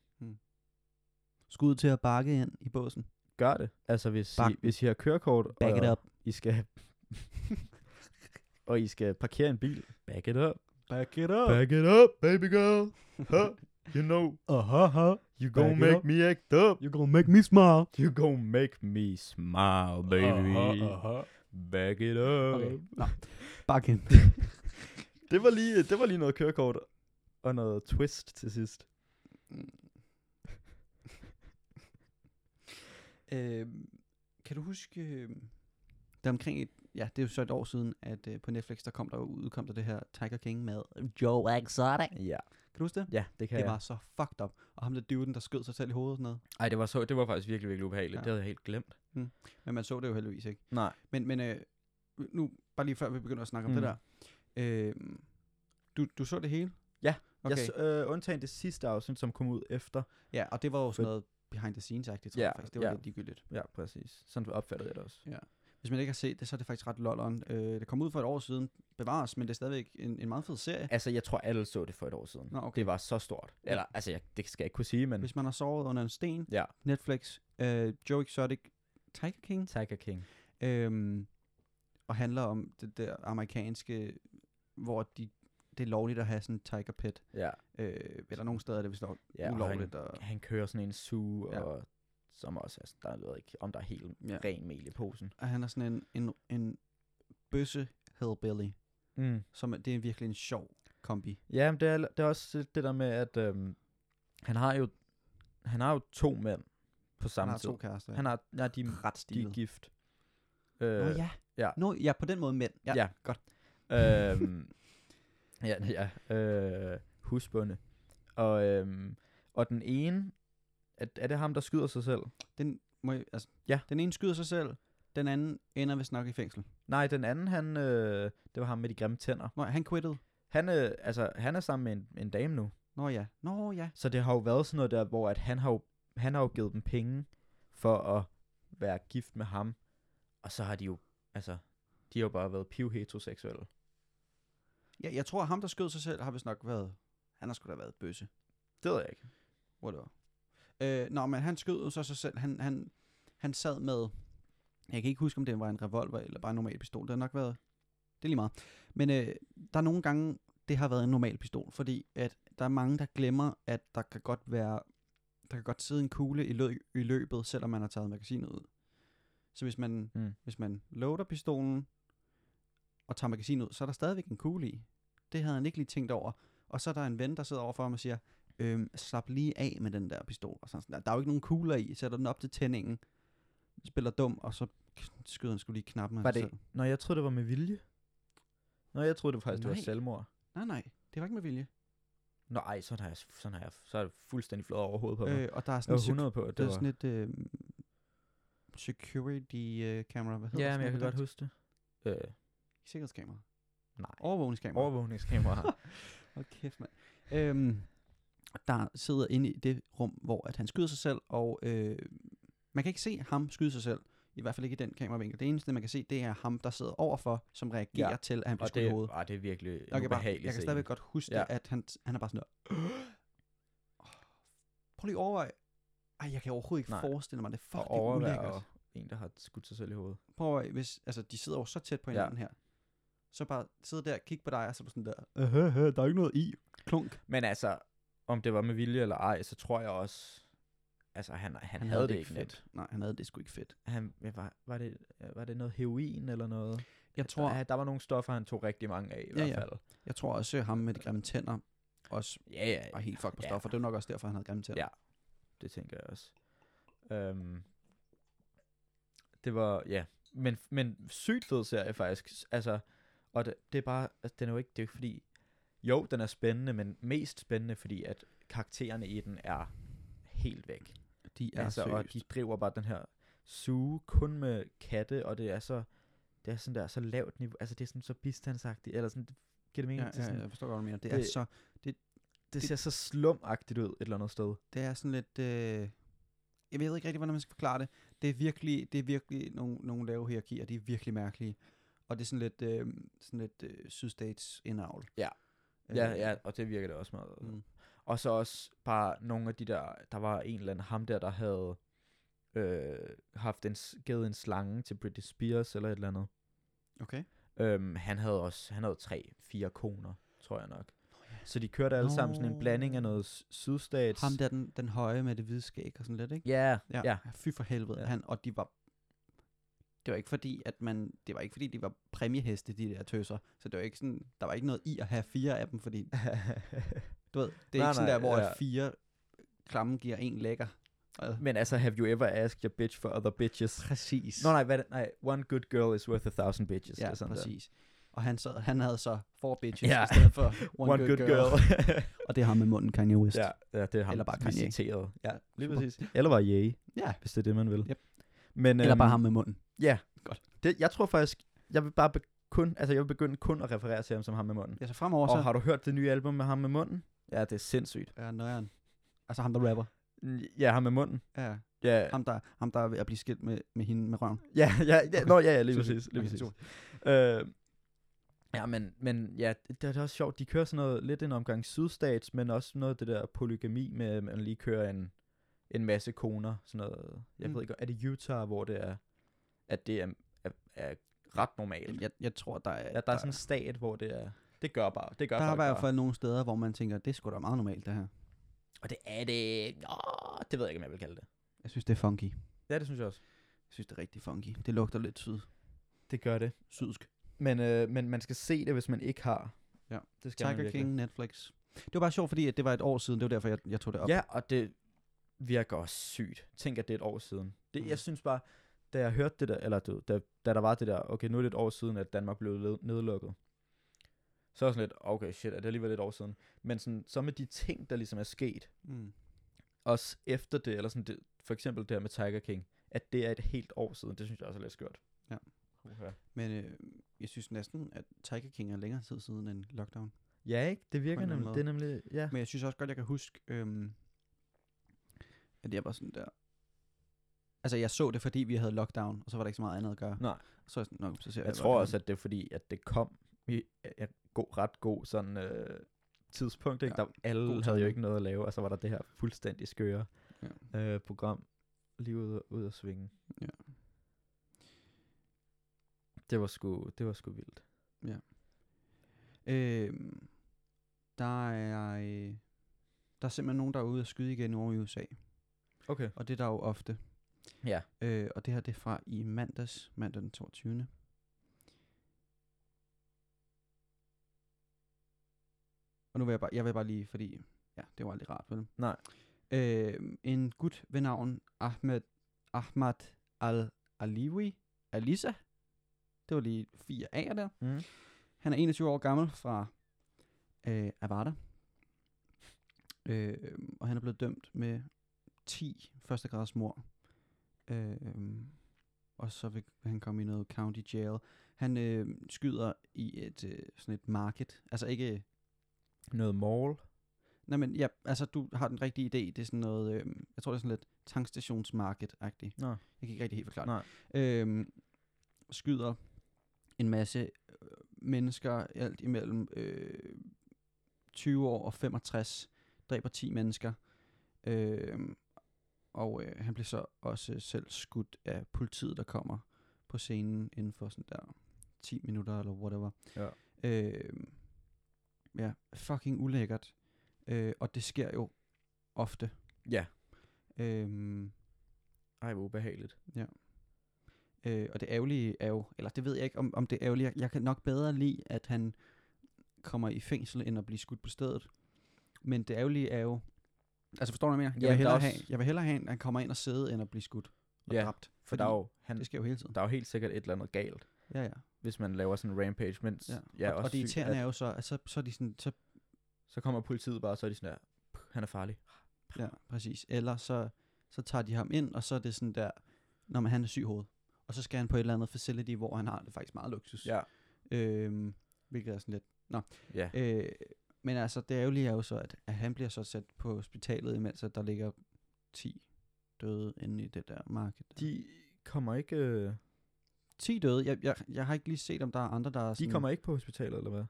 Speaker 1: Skud til at bakke ind i båsen.
Speaker 2: Gør det. Altså, hvis,
Speaker 1: Bak
Speaker 2: I, hvis I har kørekort,
Speaker 1: Back
Speaker 2: og
Speaker 1: it up.
Speaker 2: I skal... og I skal parkere en bil. Back it up.
Speaker 1: Back it up.
Speaker 2: Back it up, baby girl. Huh, you know,
Speaker 1: Aha, ha.
Speaker 2: you
Speaker 1: Back
Speaker 2: gonna
Speaker 1: it
Speaker 2: make
Speaker 1: up.
Speaker 2: me act up.
Speaker 1: You're gonna make me smile.
Speaker 2: You gonna make me smile, baby. uh-huh. Back it up.
Speaker 1: Okay, nå. Bakke ind.
Speaker 2: Det, var lige, det var lige noget kørekort og noget twist til sidst.
Speaker 1: øhm, kan du huske, øhm, der omkring et, ja, det er jo så et år siden, at øh, på Netflix, der kom der jo- udkom der det her Tiger King med Joe Exotic. Kan
Speaker 2: Ja,
Speaker 1: du huske det?
Speaker 2: ja det kan
Speaker 1: Det
Speaker 2: jeg.
Speaker 1: var så fucked up. Og ham der dyvden, der skød sig selv i hovedet og sådan noget.
Speaker 2: Ej, det var, så, det var faktisk virkelig, virkelig ubehageligt.
Speaker 1: Ja.
Speaker 2: Det havde jeg helt glemt.
Speaker 1: Men man så det jo heldigvis ikke.
Speaker 2: Nej.
Speaker 1: Men, men øh, nu, bare lige før vi begynder at snakke om
Speaker 2: Mm.
Speaker 1: det der. Øh, du, du så det hele?
Speaker 2: Ja,
Speaker 1: Okay.
Speaker 2: Jeg, så- øh, undtagen det sidste afsnit, som kom ud efter.
Speaker 1: Ja, og det var jo sådan
Speaker 2: For-
Speaker 1: noget behind the scenes-agtigt, tror
Speaker 2: Ja,
Speaker 1: jeg faktisk. Det var
Speaker 2: ja.
Speaker 1: lidt ligegyldigt.
Speaker 2: Ja, præcis. Sådan opfattede jeg det også.
Speaker 1: Hvis man ikke har set det, så er det faktisk ret lolleren. Øh, det kom ud for et år siden, bevares, men det er stadigvæk en, en meget fed serie.
Speaker 2: Altså, jeg tror, alle så det for et år siden.
Speaker 1: Nå, okay.
Speaker 2: Det var så stort.
Speaker 1: Ja.
Speaker 2: Eller, altså, jeg, det skal jeg ikke kunne sige, men...
Speaker 1: Hvis man har sovet under en sten,
Speaker 2: Ja,
Speaker 1: Netflix, øh, Joe Exotic, Tiger King,
Speaker 2: Tiger King.
Speaker 1: øh, og handler om det der amerikanske, hvor de, det er lovligt at have sådan en tiger pet.
Speaker 2: Ja.
Speaker 1: Øh, eller nogle steder er det vist lov,
Speaker 2: ja
Speaker 1: ja,
Speaker 2: og han,
Speaker 1: ulovligt. Og,
Speaker 2: han kører sådan en suge,
Speaker 1: Ja.
Speaker 2: ja. og som også, altså, der ved jeg ikke, om der er helt
Speaker 1: Ja.
Speaker 2: ja. ren mel i posen.
Speaker 1: og han er sådan en, en, en bøsse hellbilly,
Speaker 2: Mm.
Speaker 1: som er- det er virkelig en sjov kombi.
Speaker 2: Ja, men det er, det er også det der med, at øhm, han har jo han har jo to mænd på
Speaker 1: Han
Speaker 2: samme
Speaker 1: har
Speaker 2: tid.
Speaker 1: to kærester.
Speaker 2: Han har, ja, de,
Speaker 1: ret
Speaker 2: de er
Speaker 1: stilet.
Speaker 2: gift. Øh,
Speaker 1: Nå ja.
Speaker 2: ja.
Speaker 1: Nå ja, på den måde mænd. Ja. ja.
Speaker 2: ja.
Speaker 1: godt.
Speaker 2: øhm, ja, ja. Øh, husbunde. Og, øhm, og den ene, er, er det ham, der skyder sig selv?
Speaker 1: Den, må jeg, altså,
Speaker 2: Ja.
Speaker 1: den ene skyder sig selv, den anden ender vist nok i fængsel.
Speaker 2: Nej, den anden, han, øh, det var ham med de grimme tænder.
Speaker 1: Nå, han quittede.
Speaker 2: Han, øh, altså, han er sammen med en, en dame nu.
Speaker 1: Nå ja. Nå ja.
Speaker 2: Så det har jo været sådan noget der, hvor at han, har jo, han har jo givet dem penge for at være gift med ham. Og så har de jo, altså, de har jo bare været piv heteroseksuelle.
Speaker 1: ja. Jeg tror, at ham, der skød sig selv, har vist nok været... Han har sgu da været bøsse.
Speaker 2: Det ved jeg ikke.
Speaker 1: Whatever. Øh, nå, men han skød jo så sig selv. Han, han, han sad med... Jeg kan ikke huske, om det var en revolver eller bare en normal pistol. Det har nok været... Det er lige meget. Men øh, der er nogle gange, det har været en normal pistol, fordi at der er mange, der glemmer, at der kan godt være... Der kan godt sidde en kugle i, lø- i løbet, selvom man har taget magasinet ud. Så hvis man, mm.
Speaker 2: Mm.
Speaker 1: hvis man loader pistolen og tager magasinet ud, så er der stadigvæk en kugle i. Det havde han ikke lige tænkt over. Og så er der en ven, der sidder overfor ham og siger, øhm, slap lige af med den der pistol. Og sådan, sådan der. der er jo ikke nogen kugler i, sætter den op til tændingen, spiller dum, og så k- skyder han skulle lige knappen. af
Speaker 2: Var
Speaker 1: sig
Speaker 2: det-
Speaker 1: selv.
Speaker 2: Nå, jeg troede, det var med vilje. Nå, jeg troede det faktisk, det
Speaker 1: Nej.
Speaker 2: var selvmord.
Speaker 1: Nej, nej, det var ikke med vilje.
Speaker 2: Nå, ej, sådan har jeg, sådan har jeg, så er det fuldstændig flået over hovedet på mig. Øh,
Speaker 1: Øh, og der er
Speaker 2: jeg
Speaker 1: sådan,
Speaker 2: var
Speaker 1: sec-
Speaker 2: 100 på, at
Speaker 1: der
Speaker 2: det
Speaker 1: er
Speaker 2: var.
Speaker 1: sådan et øh, security øh, camera, hvad hedder
Speaker 2: Ja,
Speaker 1: sådan
Speaker 2: men jeg kan
Speaker 1: noget
Speaker 2: godt
Speaker 1: på dansk?
Speaker 2: huske det. Øh,
Speaker 1: Sikkerhedskamera.
Speaker 2: nej.
Speaker 1: Overvågningskamera.
Speaker 2: Overvågningskamera.
Speaker 1: Hold kæft, mand. Øhm, der sidder inde i det rum, hvor at han skyder sig selv, og øh, man kan ikke se ham skyde sig selv. I hvert fald ikke i den kameravinkel. Det eneste, man kan se, det er ham, der sidder overfor, som reagerer ja.
Speaker 2: Ja.
Speaker 1: til, at han bliver
Speaker 2: og
Speaker 1: skudt i
Speaker 2: det,
Speaker 1: hovedet.
Speaker 2: ah, det er virkelig en
Speaker 1: Jeg kan, bare,
Speaker 2: ubehagelig
Speaker 1: jeg kan
Speaker 2: scene.
Speaker 1: stadigvæk godt huske, ja.
Speaker 2: Ja.
Speaker 1: at han, han er bare sådan der. Prøv lige at overveje. Ej, jeg kan overhovedet ikke Nej.
Speaker 2: Nej.
Speaker 1: forestille mig det. Fuck, det
Speaker 2: og
Speaker 1: er ulækkert.
Speaker 2: overvære en, der har skudt sig selv i hovedet.
Speaker 1: Prøv at overveje, hvis altså, de sidder jo så tæt på
Speaker 2: Ja.
Speaker 1: hinanden ja. her. Så bare sidde der og kigge på dig, og så er du sådan der. Øh, der er ikke noget i. Klunk.
Speaker 2: Men altså, om det var med vilje eller ej, så tror jeg også, altså han, han, han havde, det ikke
Speaker 1: fedt.
Speaker 2: net.
Speaker 1: Nej, han havde det sgu ikke fedt.
Speaker 2: Han, ja, var, var, det, var det noget heroin eller noget?
Speaker 1: Jeg tror,
Speaker 2: Der, der var nogle stoffer, han tog rigtig mange af i
Speaker 1: Ja,
Speaker 2: hvert
Speaker 1: ja.
Speaker 2: fald.
Speaker 1: jeg tror også, at ham med de grimme tænder også
Speaker 2: Ja, ja,
Speaker 1: var helt fuck på
Speaker 2: Ja.
Speaker 1: stoffer. Det var nok også derfor, han havde grimme tænder.
Speaker 2: Ja. det tænker jeg også. Øhm, det var, ja. Men, men sygt fed serie faktisk. Altså, og det, det er bare, altså, den er jo ikke, det er jo ikke fordi, jo, den er spændende, men mest spændende, fordi at karaktererne i den er helt væk.
Speaker 1: De er
Speaker 2: altså,
Speaker 1: altså,
Speaker 2: og de
Speaker 1: seriøst.
Speaker 2: driver bare den her suge kun med katte, og det er så, det er sådan der, så lavt niveau, altså det er sådan så bistandsagtigt, eller sådan, giver det mening? Det er
Speaker 1: Ja,
Speaker 2: sådan,
Speaker 1: ja, jeg forstår godt, hvad du mener. Det, er
Speaker 2: det-
Speaker 1: så,
Speaker 2: Det ser så slumagtigt ud et eller andet sted.
Speaker 1: det er sådan lidt... Øh, jeg ved ikke rigtig, hvordan man skal forklare det. Det er virkelig, det er virkelig nogle, nogle lave hierarkier, de er virkelig mærkelige. Og det er sådan lidt, øh, sådan lidt øh, sydstats indavl.
Speaker 2: Ja. Ja, ja, og det virker det også meget. Mm.
Speaker 1: Øh. Mm.
Speaker 2: Og så også bare nogle af de der, der var en eller anden ham der, der havde øh, haft en, s- givet en slange til Britney Spears eller et eller andet.
Speaker 1: Okay.
Speaker 2: Øhm, han havde også, han havde tre, fire koner, tror jeg nok. Så de kørte alle sammen sådan en
Speaker 1: Nå.
Speaker 2: blanding af noget s- sydstats.
Speaker 1: Ham der, den, den høje med det hvide skæg og sådan lidt, ikke?
Speaker 2: Ja, ja.
Speaker 1: Ja,
Speaker 2: ja.
Speaker 1: fy for helvede.
Speaker 2: Ja.
Speaker 1: Ja. Han, og de var det var ikke fordi, at man, det var ikke fordi, de var præmieheste, de der tøser. Så det var ikke sådan, der var ikke noget i at have fire af dem, fordi, du ved, det er nej,
Speaker 2: Nej,
Speaker 1: ikke sådan
Speaker 2: nej,
Speaker 1: der, hvor
Speaker 2: ja.
Speaker 1: ja. fire klamme giver en lækker. Og,
Speaker 2: Men altså, have you ever asked your bitch for other bitches?
Speaker 1: præcis.
Speaker 2: Nå nej, hvad er det? nej, one good girl is worth a thousand bitches.
Speaker 1: ja,
Speaker 2: eller sådan Der.
Speaker 1: præcis. Og han, sad, han havde så four bitches
Speaker 2: Ja.
Speaker 1: ja. i stedet for
Speaker 2: One, one good, girl.
Speaker 1: og det har med munden Kanye West.
Speaker 2: Ja, ja, det er ham,
Speaker 1: Eller bare
Speaker 2: vi
Speaker 1: Kanye.
Speaker 2: citerede. Ja, lige
Speaker 1: super.
Speaker 2: præcis. Eller bare Ye,
Speaker 1: ja.
Speaker 2: hvis det er det, man vil.
Speaker 1: Yep.
Speaker 2: Men,
Speaker 1: Eller bare
Speaker 2: øhm,
Speaker 1: ham med munden.
Speaker 2: Ja.
Speaker 1: Godt.
Speaker 2: Det, jeg tror faktisk, jeg vil bare be- kun, altså jeg vil begynde kun at referere til ham som ham med munden.
Speaker 1: Ja, så fremover
Speaker 2: Og,
Speaker 1: så...
Speaker 2: og har du hørt det nye album med ham med munden? Ja, det er sindssygt.
Speaker 1: Ja, nøjeren. Altså ham, der rapper.
Speaker 2: Ja, ham med munden.
Speaker 1: Ja.
Speaker 2: Ja,
Speaker 1: Ham, der, ham, der er ved at blive skilt med, med hende med røven.
Speaker 2: ja, ja, ja
Speaker 1: Okay.
Speaker 2: nå, ja, ja, lige
Speaker 1: Sindssygt.
Speaker 2: præcis, lige
Speaker 1: Okay,
Speaker 2: præcis.
Speaker 1: super.
Speaker 2: Øh, ja, men, men ja, det, det er også sjovt. De kører sådan noget, lidt en omgang sydstats, men også noget af det der polygami med, at man lige kører en, en masse koner. Sådan noget. Jeg mm.
Speaker 1: Mm.
Speaker 2: ved ikke, er det Utah, hvor det er, at det er, er, er ret normalt?
Speaker 1: Jeg, jeg tror, der er...
Speaker 2: Ja, der er sådan en stat, hvor det er, det gør bare, det gør
Speaker 1: der er i
Speaker 2: folk
Speaker 1: hvert
Speaker 2: bare.
Speaker 1: fald nogle steder, hvor man tænker, det er sgu da meget normalt, det her.
Speaker 2: Og det er det, åh, det ved jeg ikke, om jeg vil kalde det.
Speaker 1: Jeg synes, det er funky.
Speaker 2: Ja, det synes jeg også.
Speaker 1: Jeg synes, det er rigtig funky. Det lugter lidt syd,
Speaker 2: Det gør det.
Speaker 1: sydsk.
Speaker 2: Men, øh, men man skal se det, hvis man ikke har.
Speaker 1: Ja.
Speaker 2: det skal man
Speaker 1: Tiger
Speaker 2: virkelig.
Speaker 1: King, Netflix. Det var bare sjovt, fordi at det var et år siden. Det var derfor, jeg, jeg tog det op.
Speaker 2: Ja, og det virker også sygt. Tænk, at det er et år siden. Det, mm.
Speaker 1: Mm.
Speaker 2: Jeg synes bare, da jeg hørte det der, eller du, ved, da, da der var det der, okay, nu er det et år siden, at Danmark blev led- nedlukket. Så er jeg sådan lidt, okay, shit, er det alligevel et år siden. Men sådan, så med de ting, der ligesom er sket,
Speaker 1: Mm.
Speaker 2: også efter det, eller sådan det, for eksempel det her med Tiger King, at det er et helt år siden, det synes jeg også er lidt skørt.
Speaker 1: Ja.
Speaker 2: Okay.
Speaker 1: Men øh, jeg synes næsten, at Tiger King er længere tid siden end lockdown.
Speaker 2: Ja, ikke? Det virker
Speaker 1: På en
Speaker 2: nemlig,
Speaker 1: eller
Speaker 2: det er nemlig, ja.
Speaker 1: Men jeg synes også godt, jeg kan huske, øhm, at jeg var sådan der... Altså, jeg så det, fordi vi havde lockdown, og så var der ikke så meget andet at gøre.
Speaker 2: Nej.
Speaker 1: Så er jeg sådan, nok, så ser
Speaker 2: Jeg tror også, at det er fordi, at det kom i et god, ret god sådan, øh, tidspunkt. Ikke?
Speaker 1: Ja,
Speaker 2: Der, alle
Speaker 1: god
Speaker 2: havde jo
Speaker 1: timing.
Speaker 2: ikke noget at lave, og så var der det her fuldstændig skøre ja. øh, program lige ud, ud at svinge.
Speaker 1: Ja.
Speaker 2: Det var sgu, det var sgu vildt.
Speaker 1: Øhm, der er... Øh, der er simpelthen nogen, der er ude og skyde igen over i USA.
Speaker 2: Okay.
Speaker 1: Og det er der jo ofte.
Speaker 2: Ja.
Speaker 1: Øh, og det her det er fra i mandags, mandag den 22. Og nu vil jeg bare, jeg vil bare lige, fordi ja, det var aldrig rart, vel?
Speaker 2: Nej.
Speaker 1: Øh, en gut ved navn Ahmed, Ahmad Al-Aliwi, Alisa, det var lige fire A'er der.
Speaker 2: Mm.
Speaker 1: Han er 21 år gammel fra øh, Avada. Øh, og han er blevet dømt med 10 førstegrads mord. Øh, og så vil han komme i noget county jail. Han øh, skyder i et øh, sådan et marked. Altså ikke...
Speaker 2: Noget mall.
Speaker 1: Nej, men ja, altså du har den rigtige idé. Det er sådan noget... Øh, jeg tror, det er sådan lidt tankstationsmarked-agtigt.
Speaker 2: Nå.
Speaker 1: Jeg kan ikke rigtig helt forklare det
Speaker 2: Nej.
Speaker 1: øhm, skyder en masse øh, mennesker alt imellem øh, 20 år og 65, dræber 10 mennesker, øhm, og øh, han bliver så også selv skudt af politiet, der kommer på scenen inden for sådan der 10 minutter eller whatever.
Speaker 2: Ja.
Speaker 1: Øhm, ja, fucking ulækkert. Øh, og det sker jo ofte.
Speaker 2: Ja.
Speaker 1: Øhm,
Speaker 2: Ej, hvor ubehageligt.
Speaker 1: Øh, og det ærgerlige er jo, eller det ved jeg ikke, om, om det er ærgerligt. Jeg, jeg kan nok bedre lide, at han kommer i fængsel, end at blive skudt på stedet. Men det ærgerlige er jo, altså forstår du, hvad jeg mener?
Speaker 2: Ja,
Speaker 1: Jeg, vil
Speaker 2: men der
Speaker 1: hellere,
Speaker 2: er også-
Speaker 1: have, jeg vil hellere have, at han kommer ind og sidde, end at blive skudt og
Speaker 2: Ja,
Speaker 1: dræbt.
Speaker 2: For der er, jo, han,
Speaker 1: det sker jo hele tiden.
Speaker 2: der er jo helt sikkert et eller andet galt,
Speaker 1: Ja, ja.
Speaker 2: hvis man laver sådan en rampage, mens ja.
Speaker 1: Ja.
Speaker 2: jeg er
Speaker 1: og,
Speaker 2: også
Speaker 1: og det
Speaker 2: sygt,
Speaker 1: irriterende
Speaker 2: at-
Speaker 1: er jo så, at så, så er de sådan, så,
Speaker 2: så kommer politiet bare, og så er de sådan der, "Puh, han er farlig.
Speaker 1: ja, præcis. Eller så, så tager de ham ind, og så er det sådan der, når man, han er syg i hovedet. Og så skal han på et eller andet facility, hvor han har det faktisk meget luksus.
Speaker 2: Ja.
Speaker 1: Øhm, hvilket er sådan lidt...
Speaker 2: Ja.
Speaker 1: Øh, men altså, det ærgerlige er jo så, at, at han bliver så sat på hospitalet, imens at der ligger 10 døde inde i det der marked.
Speaker 2: De kommer ikke, øh,
Speaker 1: 10 døde? Jeg, jeg, jeg har ikke lige set, om der er andre, der er sådan...
Speaker 2: de kommer ikke på hospitalet, eller hvad?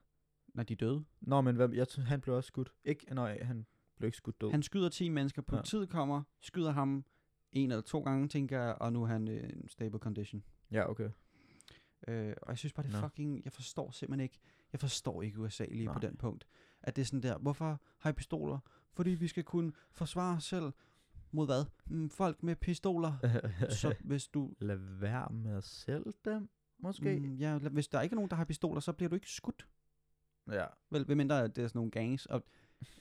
Speaker 1: Når de er døde.
Speaker 2: Nå, men hvad, jeg, t- han blev også skudt. Ikke, nej, han blev ikke skudt død.
Speaker 1: Han skyder 10 mennesker,
Speaker 2: Ja.
Speaker 1: politiet kommer, skyder ham en eller to gange, tænker jeg, og nu er han øh, en stable condition.
Speaker 2: Ja, okay.
Speaker 1: Øh, og jeg synes bare, det er
Speaker 2: Nå.
Speaker 1: fucking... Jeg forstår simpelthen ikke... Jeg forstår ikke USA lige Nej. på
Speaker 2: Nej.
Speaker 1: den punkt. At det er sådan der, hvorfor har I pistoler? Fordi vi skal kunne forsvare os selv mod hvad? Mm, folk med pistoler. så hvis du...
Speaker 2: Lad være med at sælge dem, måske. Mm.
Speaker 1: Mm, ja, la- hvis der ikke er nogen, der har pistoler, så bliver du ikke skudt.
Speaker 2: Ja.
Speaker 1: Vel, ved mindre at det er sådan nogle gangs. Og,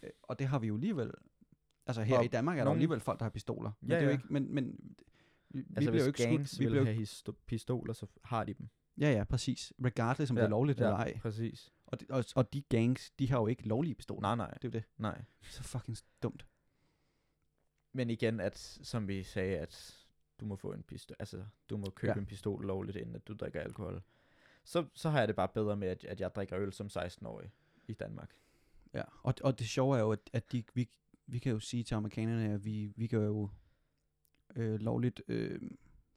Speaker 1: øh, og det har vi jo alligevel... Altså her
Speaker 2: Nå,
Speaker 1: i Danmark er der
Speaker 2: nogen-
Speaker 1: alligevel folk, der har pistoler. Men
Speaker 2: Ja,
Speaker 1: det er jo
Speaker 2: ja.
Speaker 1: ikke... Men, men vi, altså, vi
Speaker 2: Altså,
Speaker 1: bliver jo
Speaker 2: hvis
Speaker 1: ikke skudt.
Speaker 2: gangs
Speaker 1: Vi
Speaker 2: vil
Speaker 1: bliver jo-
Speaker 2: have histo- pistoler, så har de dem.
Speaker 1: Ja, ja, præcis. Regardless om ja, det er lovligt ja. eller ej.
Speaker 2: præcis.
Speaker 1: Og de, og, og de gangs, de har jo ikke lovlige pistoler.
Speaker 2: Nej, nej,
Speaker 1: Det er jo det.
Speaker 2: nej.
Speaker 1: Så fucking dumt.
Speaker 2: Men igen, at som vi sagde, at du må få en pistol, altså du må købe
Speaker 1: Ja.
Speaker 2: ja. en pistol lovligt, inden at du drikker alkohol. Så, så har jeg det bare bedre med, at, at jeg drikker øl som 16-årig i Danmark.
Speaker 1: Ja. Og, og det sjove er jo, at, at de, vi, vi kan jo sige til amerikanerne, at vi, vi kan jo øh, lovligt øh,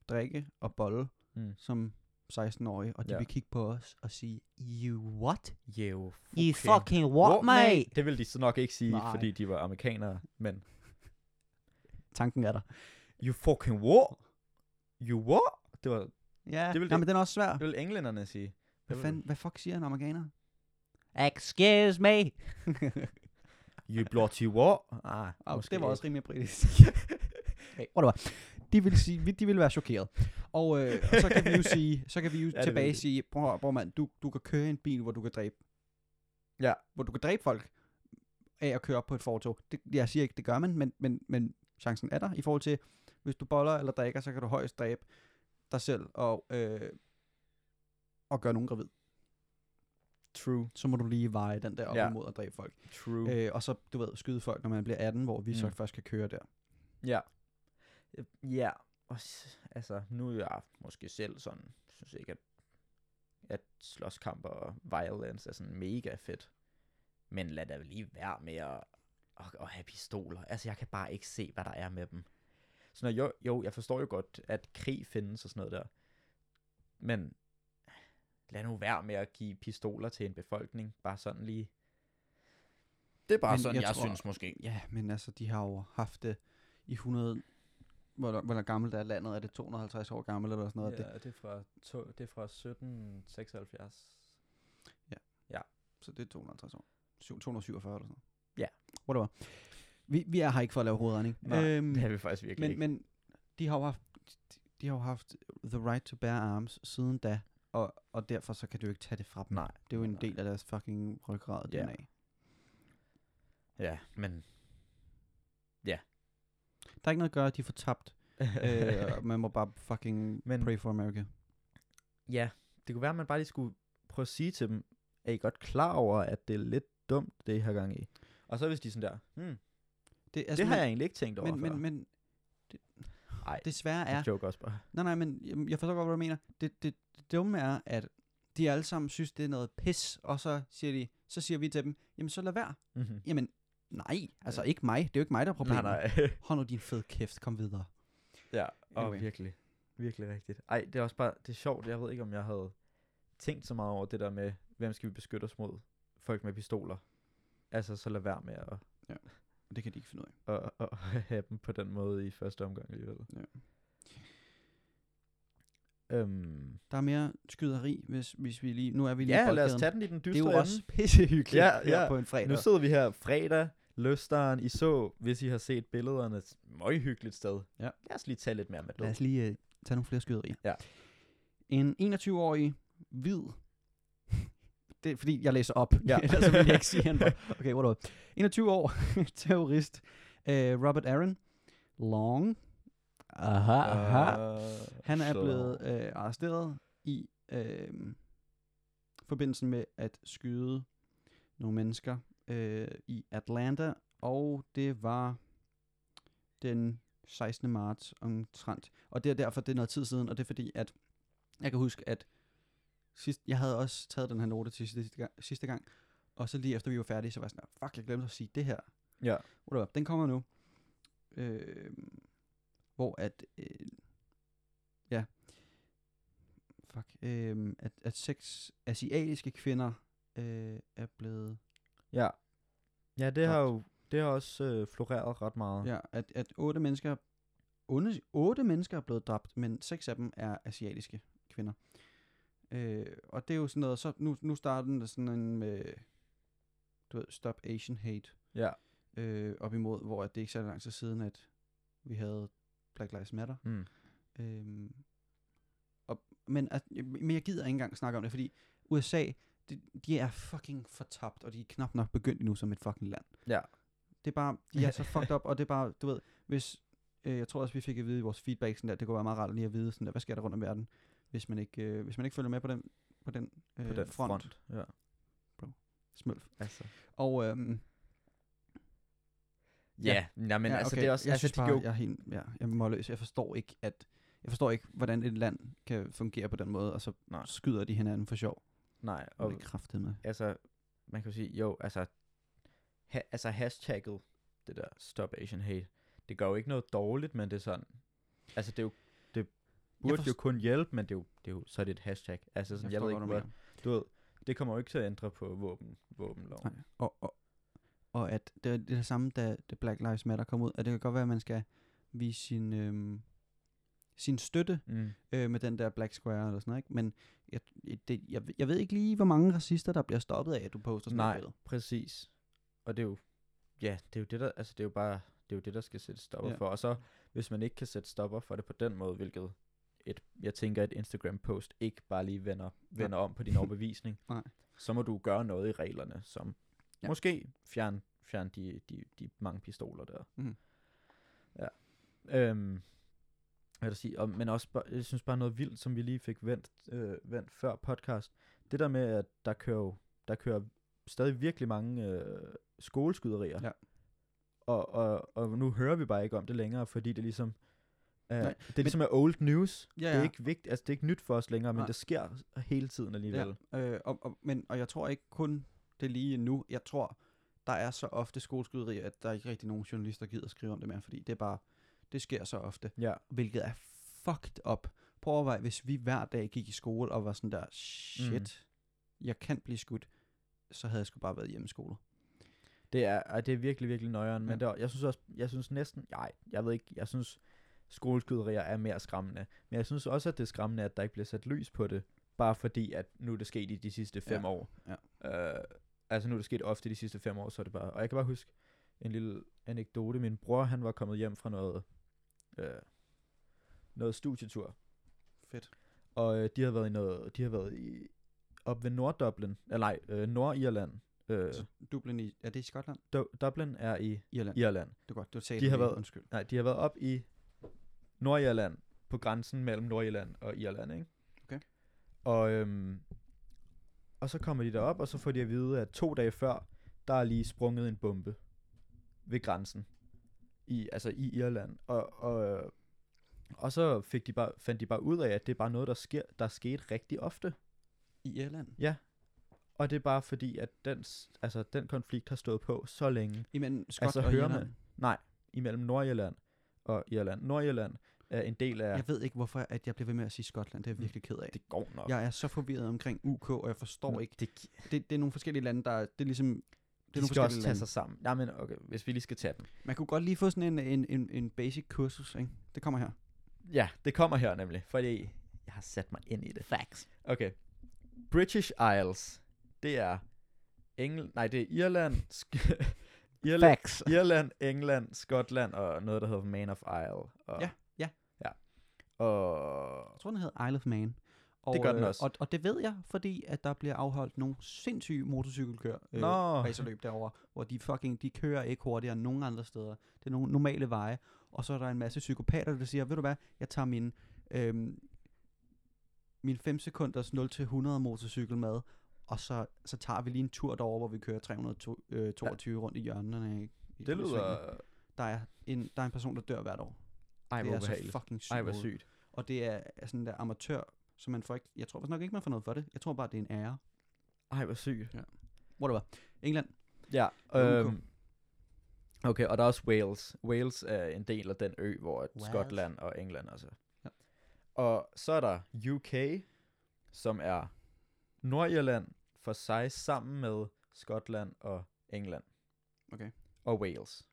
Speaker 1: drikke og bolle
Speaker 2: Mm.
Speaker 1: som 16-årige, og de ja.
Speaker 2: Ja.
Speaker 1: vil kigge på os og sige, you what?
Speaker 2: Jo, okay.
Speaker 1: You fucking what, mate?
Speaker 2: Det vil de så nok ikke sige,
Speaker 1: Nej.
Speaker 2: nej. fordi de var amerikanere, men
Speaker 1: Tanken er der.
Speaker 2: you fucking what? You what? Det var
Speaker 1: Ja,
Speaker 2: Det vil
Speaker 1: Nej,
Speaker 2: det-
Speaker 1: men den er også svær.
Speaker 2: det ville englænderne sige.
Speaker 1: Hvad,
Speaker 2: vil
Speaker 1: fanden, hvad fuck siger en amerikaner?
Speaker 3: Excuse me.
Speaker 2: You bloody what? Ah,
Speaker 1: Og
Speaker 2: måske
Speaker 1: det var
Speaker 2: ikke.
Speaker 1: også rimelig britisk. okay, whatever. De vil, sige, vi- de vil være chokeret. Og, øh, og så kan vi jo sige, så kan vi jo
Speaker 2: det
Speaker 1: ja, tilbage
Speaker 2: vil
Speaker 1: det.
Speaker 2: de.
Speaker 1: sige, bror, bror mand, du, du kan køre i en bil, hvor du kan dræbe.
Speaker 2: Ja.
Speaker 1: Hvor du kan dræbe folk af at køre op på et fortog. Det, jeg siger ikke, det gør man, men, men, men chancen er der i forhold til, hvis du boller eller drikker, så kan du højst dræbe dig selv og, øh, og gøre nogen gravid.
Speaker 2: True,
Speaker 1: Så må du lige veje den der op ja.
Speaker 2: Ja.
Speaker 1: imod at dræbe folk.
Speaker 2: true.
Speaker 1: Øh, og så, du ved, skyde folk, når man bliver 18, hvor vi mm. så
Speaker 2: Mm.
Speaker 1: først kan køre der.
Speaker 2: Ja. Øh, Ja, og s- altså, nu er jeg måske selv sådan, synes ikke, at, at slåskamp og violence er sådan mega fedt. Men lad da lige være med at, at, at have pistoler. Altså, jeg kan bare ikke se, hvad der er med dem. Så når, jo, jo, jeg forstår jo godt, at krig findes og sådan noget der. Men lad nu være med at give pistoler til en befolkning. Bare sådan lige. Det er bare
Speaker 1: Men
Speaker 2: men sådan,
Speaker 1: jeg
Speaker 2: jeg, jeg
Speaker 1: tror-
Speaker 2: synes måske.
Speaker 1: Ja, men altså, de har jo haft det i 100... Hvor, hvor gammelt er landet? Er det 250 år gammelt eller sådan noget? Det,
Speaker 4: Ja, det er fra, to, det er fra 1776.
Speaker 1: så det er 250 år. Syv- 247 eller sådan noget.
Speaker 2: Ja.
Speaker 1: Whatever. Vi, vi er her ikke for at lave hovedregning.
Speaker 2: Nej,
Speaker 1: øhm,
Speaker 2: det er vi faktisk virkelig
Speaker 1: men,
Speaker 2: ikke.
Speaker 1: men de har jo haft, de har jo haft the right to bear arms siden da, og, og derfor så kan du jo ikke tage det fra dem.
Speaker 2: Nej.
Speaker 1: Det er jo en
Speaker 2: nej.
Speaker 1: del af deres fucking ryggrad og
Speaker 2: Ja.
Speaker 1: DNA.
Speaker 2: Ja, men...
Speaker 1: Der er ikke noget at gøre, de er fortabt. øh, og man må bare fucking men,
Speaker 2: Men-
Speaker 1: pray for America.
Speaker 2: ja, det kunne være, at man bare lige skulle prøve at sige til dem, er I godt klar over, at det er lidt dumt, det I har gang i? Og så hvis de sådan der, hmm,
Speaker 1: Det,
Speaker 2: altså, det har jeg egentlig ikke tænkt over
Speaker 1: men,
Speaker 2: før.
Speaker 1: men, men,
Speaker 2: Ej, det
Speaker 1: desværre
Speaker 2: er...
Speaker 1: er
Speaker 2: Jeg joker også bare.
Speaker 1: Nej, nej, men jeg- jeg forstår godt, hvad du mener. Det, det, det dumme er, at de alle sammen synes, det er noget pis, og så siger, de, så siger vi til dem, jamen så lad være.
Speaker 2: Mm-hmm.
Speaker 1: Jamen, nej, altså ikke mig. Det er jo ikke mig, der er problemet.
Speaker 2: Nej, nej.
Speaker 1: Hold nu din fed kæft, kom videre.
Speaker 2: ja, og
Speaker 1: Anyway.
Speaker 2: virkelig, virkelig rigtigt. Ej, det er også bare, det er sjovt, jeg ved ikke, om jeg havde tænkt så meget over det der med, hvem skal vi beskytte os mod? Folk med pistoler. Altså, så lad være med at,
Speaker 1: Og det kan de ikke finde ud af.
Speaker 2: at, at have dem på den måde i første omgang alligevel.
Speaker 1: Ja.
Speaker 2: Øhm,
Speaker 1: Der er mere skyderi, hvis, hvis vi lige... Nu er vi lige i
Speaker 2: ja, lad os
Speaker 1: boldgaden.
Speaker 2: tage den i den
Speaker 1: Det er
Speaker 2: dystre
Speaker 1: jo
Speaker 2: ende.
Speaker 1: også pissehyggeligt
Speaker 2: Ja,
Speaker 1: her
Speaker 2: ja.
Speaker 1: på en fredag.
Speaker 2: Nu sidder vi her fredag, løsteren. I så, hvis I har set billederne, et møghyggeligt sted.
Speaker 1: Ja.
Speaker 2: Lad os lige tage lidt mere med
Speaker 1: Lad os
Speaker 2: det.
Speaker 1: lige øh, tage nogle flere skyderier.
Speaker 2: Ja.
Speaker 1: En 21-årig hvid... det er fordi, jeg læser op.
Speaker 2: Ja.
Speaker 1: Ellers så vil jeg ikke sige, han var. Okay, whatever. 21 år, terrorist. Uh, Robert Aaron Long. Aha,
Speaker 2: Uh,
Speaker 1: Han er blevet øh, arresteret i øh, forbindelse med at skyde nogle mennesker øh, i Atlanta, og det var den 16. marts omtrent. Og det er derfor, det er noget tid siden, og det er fordi, at jeg kan huske, at sidst, jeg havde også taget den her note til sidste gang, sidste gang, og så lige efter vi var færdige, så var jeg sådan, fuck, jeg glemte at sige det her.
Speaker 2: Ja.
Speaker 1: Whatever, den kommer nu. Øh, hvor at, øh, ja, fuck, øh, at, at seks asiatiske kvinder øh, er blevet
Speaker 2: Ja. Ja, det har
Speaker 1: Ret.
Speaker 2: jo det har også øh, floreret ret meget.
Speaker 1: Ja, at, at otte mennesker onde, otte mennesker er blevet dræbt, men seks af dem er asiatiske kvinder. Øh, og det er jo sådan noget, så nu, nu starter den sådan en med, du ved, Stop Asian Hate
Speaker 2: ja.
Speaker 1: øh, op imod, hvor at det er ikke så lang tid siden, at vi havde Black Lives Matter.
Speaker 2: Mm.
Speaker 1: Øhm, og, men, at, men jeg gider ikke engang snakke om det, fordi USA, de, de er fucking fortabt, og de er knap nok begyndt endnu som et fucking land.
Speaker 2: Ja.
Speaker 1: Det er bare, de er så fucked up, og det er bare, du ved, hvis, øh, jeg tror også, vi fik at vide i vores feedback, sådan der, det kunne være meget rart lige at vide, sådan der, hvad sker der rundt om verden, hvis man ikke, øh, hvis man ikke følger med på den, på den, øh,
Speaker 2: På den front.
Speaker 1: front.
Speaker 2: Ja.
Speaker 1: Smølf.
Speaker 2: Altså.
Speaker 1: Og, øhm,
Speaker 2: Ja, ja men ja, okay. altså det er også,
Speaker 1: jeg
Speaker 2: altså
Speaker 1: synes
Speaker 2: de
Speaker 1: bare,
Speaker 2: kan jo
Speaker 1: jeg er helt, ja, jeg må løs. Jeg forstår ikke, at jeg forstår ikke, hvordan et land kan fungere på den måde, og så
Speaker 2: Nej.
Speaker 1: Nej. skyder de hinanden for sjov.
Speaker 2: Nej,
Speaker 1: Og
Speaker 2: og
Speaker 1: det er kraftet med.
Speaker 2: altså, man kan jo sige, jo, altså, ha, altså hashtagget, det der Stop Asian Hate, det gør jo ikke noget dårligt, men det er sådan, altså det er jo, det burde jo
Speaker 1: forst-
Speaker 2: kun hjælpe, men det er jo, det er jo så er det et hashtag. Altså sådan, jeg, jeg ved ikke, hvad, du ved, det kommer jo ikke til at ændre på våben, våbenloven.
Speaker 1: Nej. Og, og, og at det er det, er det samme, da det Black Lives Matter kom ud, at det kan godt være, at man skal vise sin, øhm, sin støtte
Speaker 2: Mm.
Speaker 1: øh, med den der Black Square eller sådan noget, ikke? Men jeg, det, jeg, jeg ved ikke lige, hvor mange racister, der bliver stoppet af, at du poster sådan et
Speaker 2: Nej,
Speaker 1: billede.
Speaker 2: præcis. Og det er jo, ja, det er jo det der, altså det er jo bare, det er jo det, der skal sætte stopper
Speaker 1: Ja.
Speaker 2: ja. for. Og så, hvis man ikke kan sætte stopper for det på den måde, hvilket et, jeg tænker, et Instagram-post ikke bare lige vender, vender om på din overbevisning,
Speaker 1: Nej.
Speaker 2: så må du gøre noget i reglerne, som
Speaker 1: Ja.
Speaker 2: ja. måske fjerne fjern de, de, de mange pistoler der.
Speaker 1: Mhm.
Speaker 2: Ja. Øhm, hvad vil jeg sige, og, men også, bare- jeg synes bare noget vildt, som vi lige fik vendt, øh, vendt før podcast, det der med, at der kører, jo- der kører stadig virkelig mange øh, skoleskyderier.
Speaker 1: Ja.
Speaker 2: Og, og, og nu hører vi bare ikke om det længere, fordi det ligesom, øh,
Speaker 1: Nej,
Speaker 2: det er ligesom er old news.
Speaker 1: Ja,
Speaker 2: Det er
Speaker 1: ja.
Speaker 2: ikke vigtigt, altså det er ikke nyt for os længere, men
Speaker 1: Nej.
Speaker 2: det sker hele tiden alligevel. Ja.
Speaker 1: Ja, øh, og, og, men, og jeg tror ikke kun det er lige nu. Jeg tror, der er så ofte skoleskyderier, at der er ikke rigtig nogen journalister, der gider at skrive om det mere, fordi det er bare, det sker så ofte,
Speaker 2: ja.
Speaker 1: hvilket er fucked up. Prøv at overveje, hvis vi hver dag gik i skole og var sådan der, shit,
Speaker 2: Mhm.
Speaker 1: mm. jeg kan blive skudt, så havde jeg sgu bare været hjemmeskole.
Speaker 2: Det er, og det er virkelig, virkelig nøjeren, men
Speaker 1: Ja.
Speaker 2: det er, jeg synes også, jeg synes næsten, nej, jeg ved ikke, jeg synes skoleskyderier er mere skræmmende, men jeg synes også, at det er skræmmende, at der ikke bliver sat lys på det, bare fordi, at nu er det sket i de sidste fem
Speaker 1: Ja,
Speaker 2: år. Ja. Øh, altså nu er det sket ofte de sidste fem år, så er det bare, og jeg kan bare huske en lille anekdote, min bror, han var kommet hjem fra noget, øh, noget studietur,
Speaker 1: Fedt.
Speaker 2: og øh, de har været i noget, de har været i, op ved Norddublin, eller nej, øh, Nordirland, øh,
Speaker 1: Så Dublin i, er det i Skotland?
Speaker 2: Du- Dublin er i
Speaker 1: Irland. Ja.
Speaker 2: Irland.
Speaker 1: Det er godt, du sagde
Speaker 2: De
Speaker 1: det
Speaker 2: har
Speaker 1: lige,
Speaker 2: været-
Speaker 1: Undskyld.
Speaker 2: Nej, de har været op i Nordirland, på grænsen mellem Nordirland og Irland, ikke?
Speaker 1: Okay.
Speaker 2: Og, øhm, og så kommer de derop, og så får de at vide, at to dage før, der er lige sprunget en bombe ved grænsen. I, altså i Irland. Og, og, og så fik de bare, fandt de bare ud af, at det er bare noget, der sker, der er sket rigtig ofte.
Speaker 1: I Irland?
Speaker 2: Og det er bare fordi, at den, s- altså, den konflikt har stået på så længe.
Speaker 1: Imellem Skotland
Speaker 2: Altså,
Speaker 1: og
Speaker 2: hører
Speaker 1: Irland.
Speaker 2: man- imellem Nordirland og Irland. Nordirland er en del af...
Speaker 1: Jeg ved ikke, hvorfor at jeg bliver ved med at sige Skotland.
Speaker 2: Mm.
Speaker 1: Det er jeg virkelig ked af.
Speaker 2: det går nok.
Speaker 1: Jeg er så forvirret omkring UK, og jeg forstår
Speaker 2: Nå,
Speaker 1: ikke.
Speaker 2: Det,
Speaker 1: Det, det er nogle forskellige lande, der det er ligesom... Det er
Speaker 2: de
Speaker 1: nogle
Speaker 2: skal også
Speaker 1: forskellige
Speaker 2: tage
Speaker 1: lande.
Speaker 2: sig sammen. Nej, men okay, hvis vi lige skal tage den.
Speaker 1: Man kunne godt lige få sådan en, en, en, en basic kursus, ikke? Det kommer her.
Speaker 2: Ja, det kommer her nemlig, fordi jeg har sat mig ind i det.
Speaker 3: Facts.
Speaker 2: Okay. British Isles, det er England, nej, det er Irland, sk- Irland,
Speaker 3: Facts.
Speaker 2: Irland, England, Skotland og noget, der hedder Man of Isle. Og,
Speaker 1: ja.
Speaker 2: Ja. Og
Speaker 1: Jeg tror, den hedder Isle of Man. Og,
Speaker 2: Det gør den
Speaker 1: øh,
Speaker 2: også.
Speaker 1: Og, og det ved jeg, fordi at der bliver afholdt nogle sindssyge motorcykelkør øh,
Speaker 2: Nå.
Speaker 1: racerløb derovre, hvor de fucking, de kører ikke hurtigere end nogen andre steder. Det er nogle normale veje. Og så er der en masse psykopater, der siger, ved du hvad, jeg tager min, øh, min 5 sekunders 0-100 motorcykel med, og så, så tager vi lige en tur derover, hvor vi kører 322 øh, 22 rundt i hjørnerne. Ikke? I- i
Speaker 2: det
Speaker 1: svingene.
Speaker 2: lyder,
Speaker 1: Der er, en, der er en person, der dør hvert år.
Speaker 2: Ej,
Speaker 1: det
Speaker 2: hvor
Speaker 1: er så
Speaker 2: ubehageligt.
Speaker 1: fucking sygt.
Speaker 2: Ej, hvor
Speaker 1: overhovedet.
Speaker 2: sygt.
Speaker 1: Og det er er sådan der amatør, som man får ikke... Jeg tror faktisk nok ikke, man får noget for det. Jeg tror bare, det er en ære.
Speaker 2: Ej, hvor sygt.
Speaker 1: Whatever. England.
Speaker 2: Ja,
Speaker 1: Øhm,
Speaker 2: øhm, okay, og der er også Wales. Wales er en del af den ø, hvor Wales.
Speaker 1: Wales.
Speaker 2: Skotland og England også er.
Speaker 1: Ja.
Speaker 2: Og så er der UK, som er Nordirland for sig sammen med Skotland og England.
Speaker 1: Okay.
Speaker 2: Og Wales.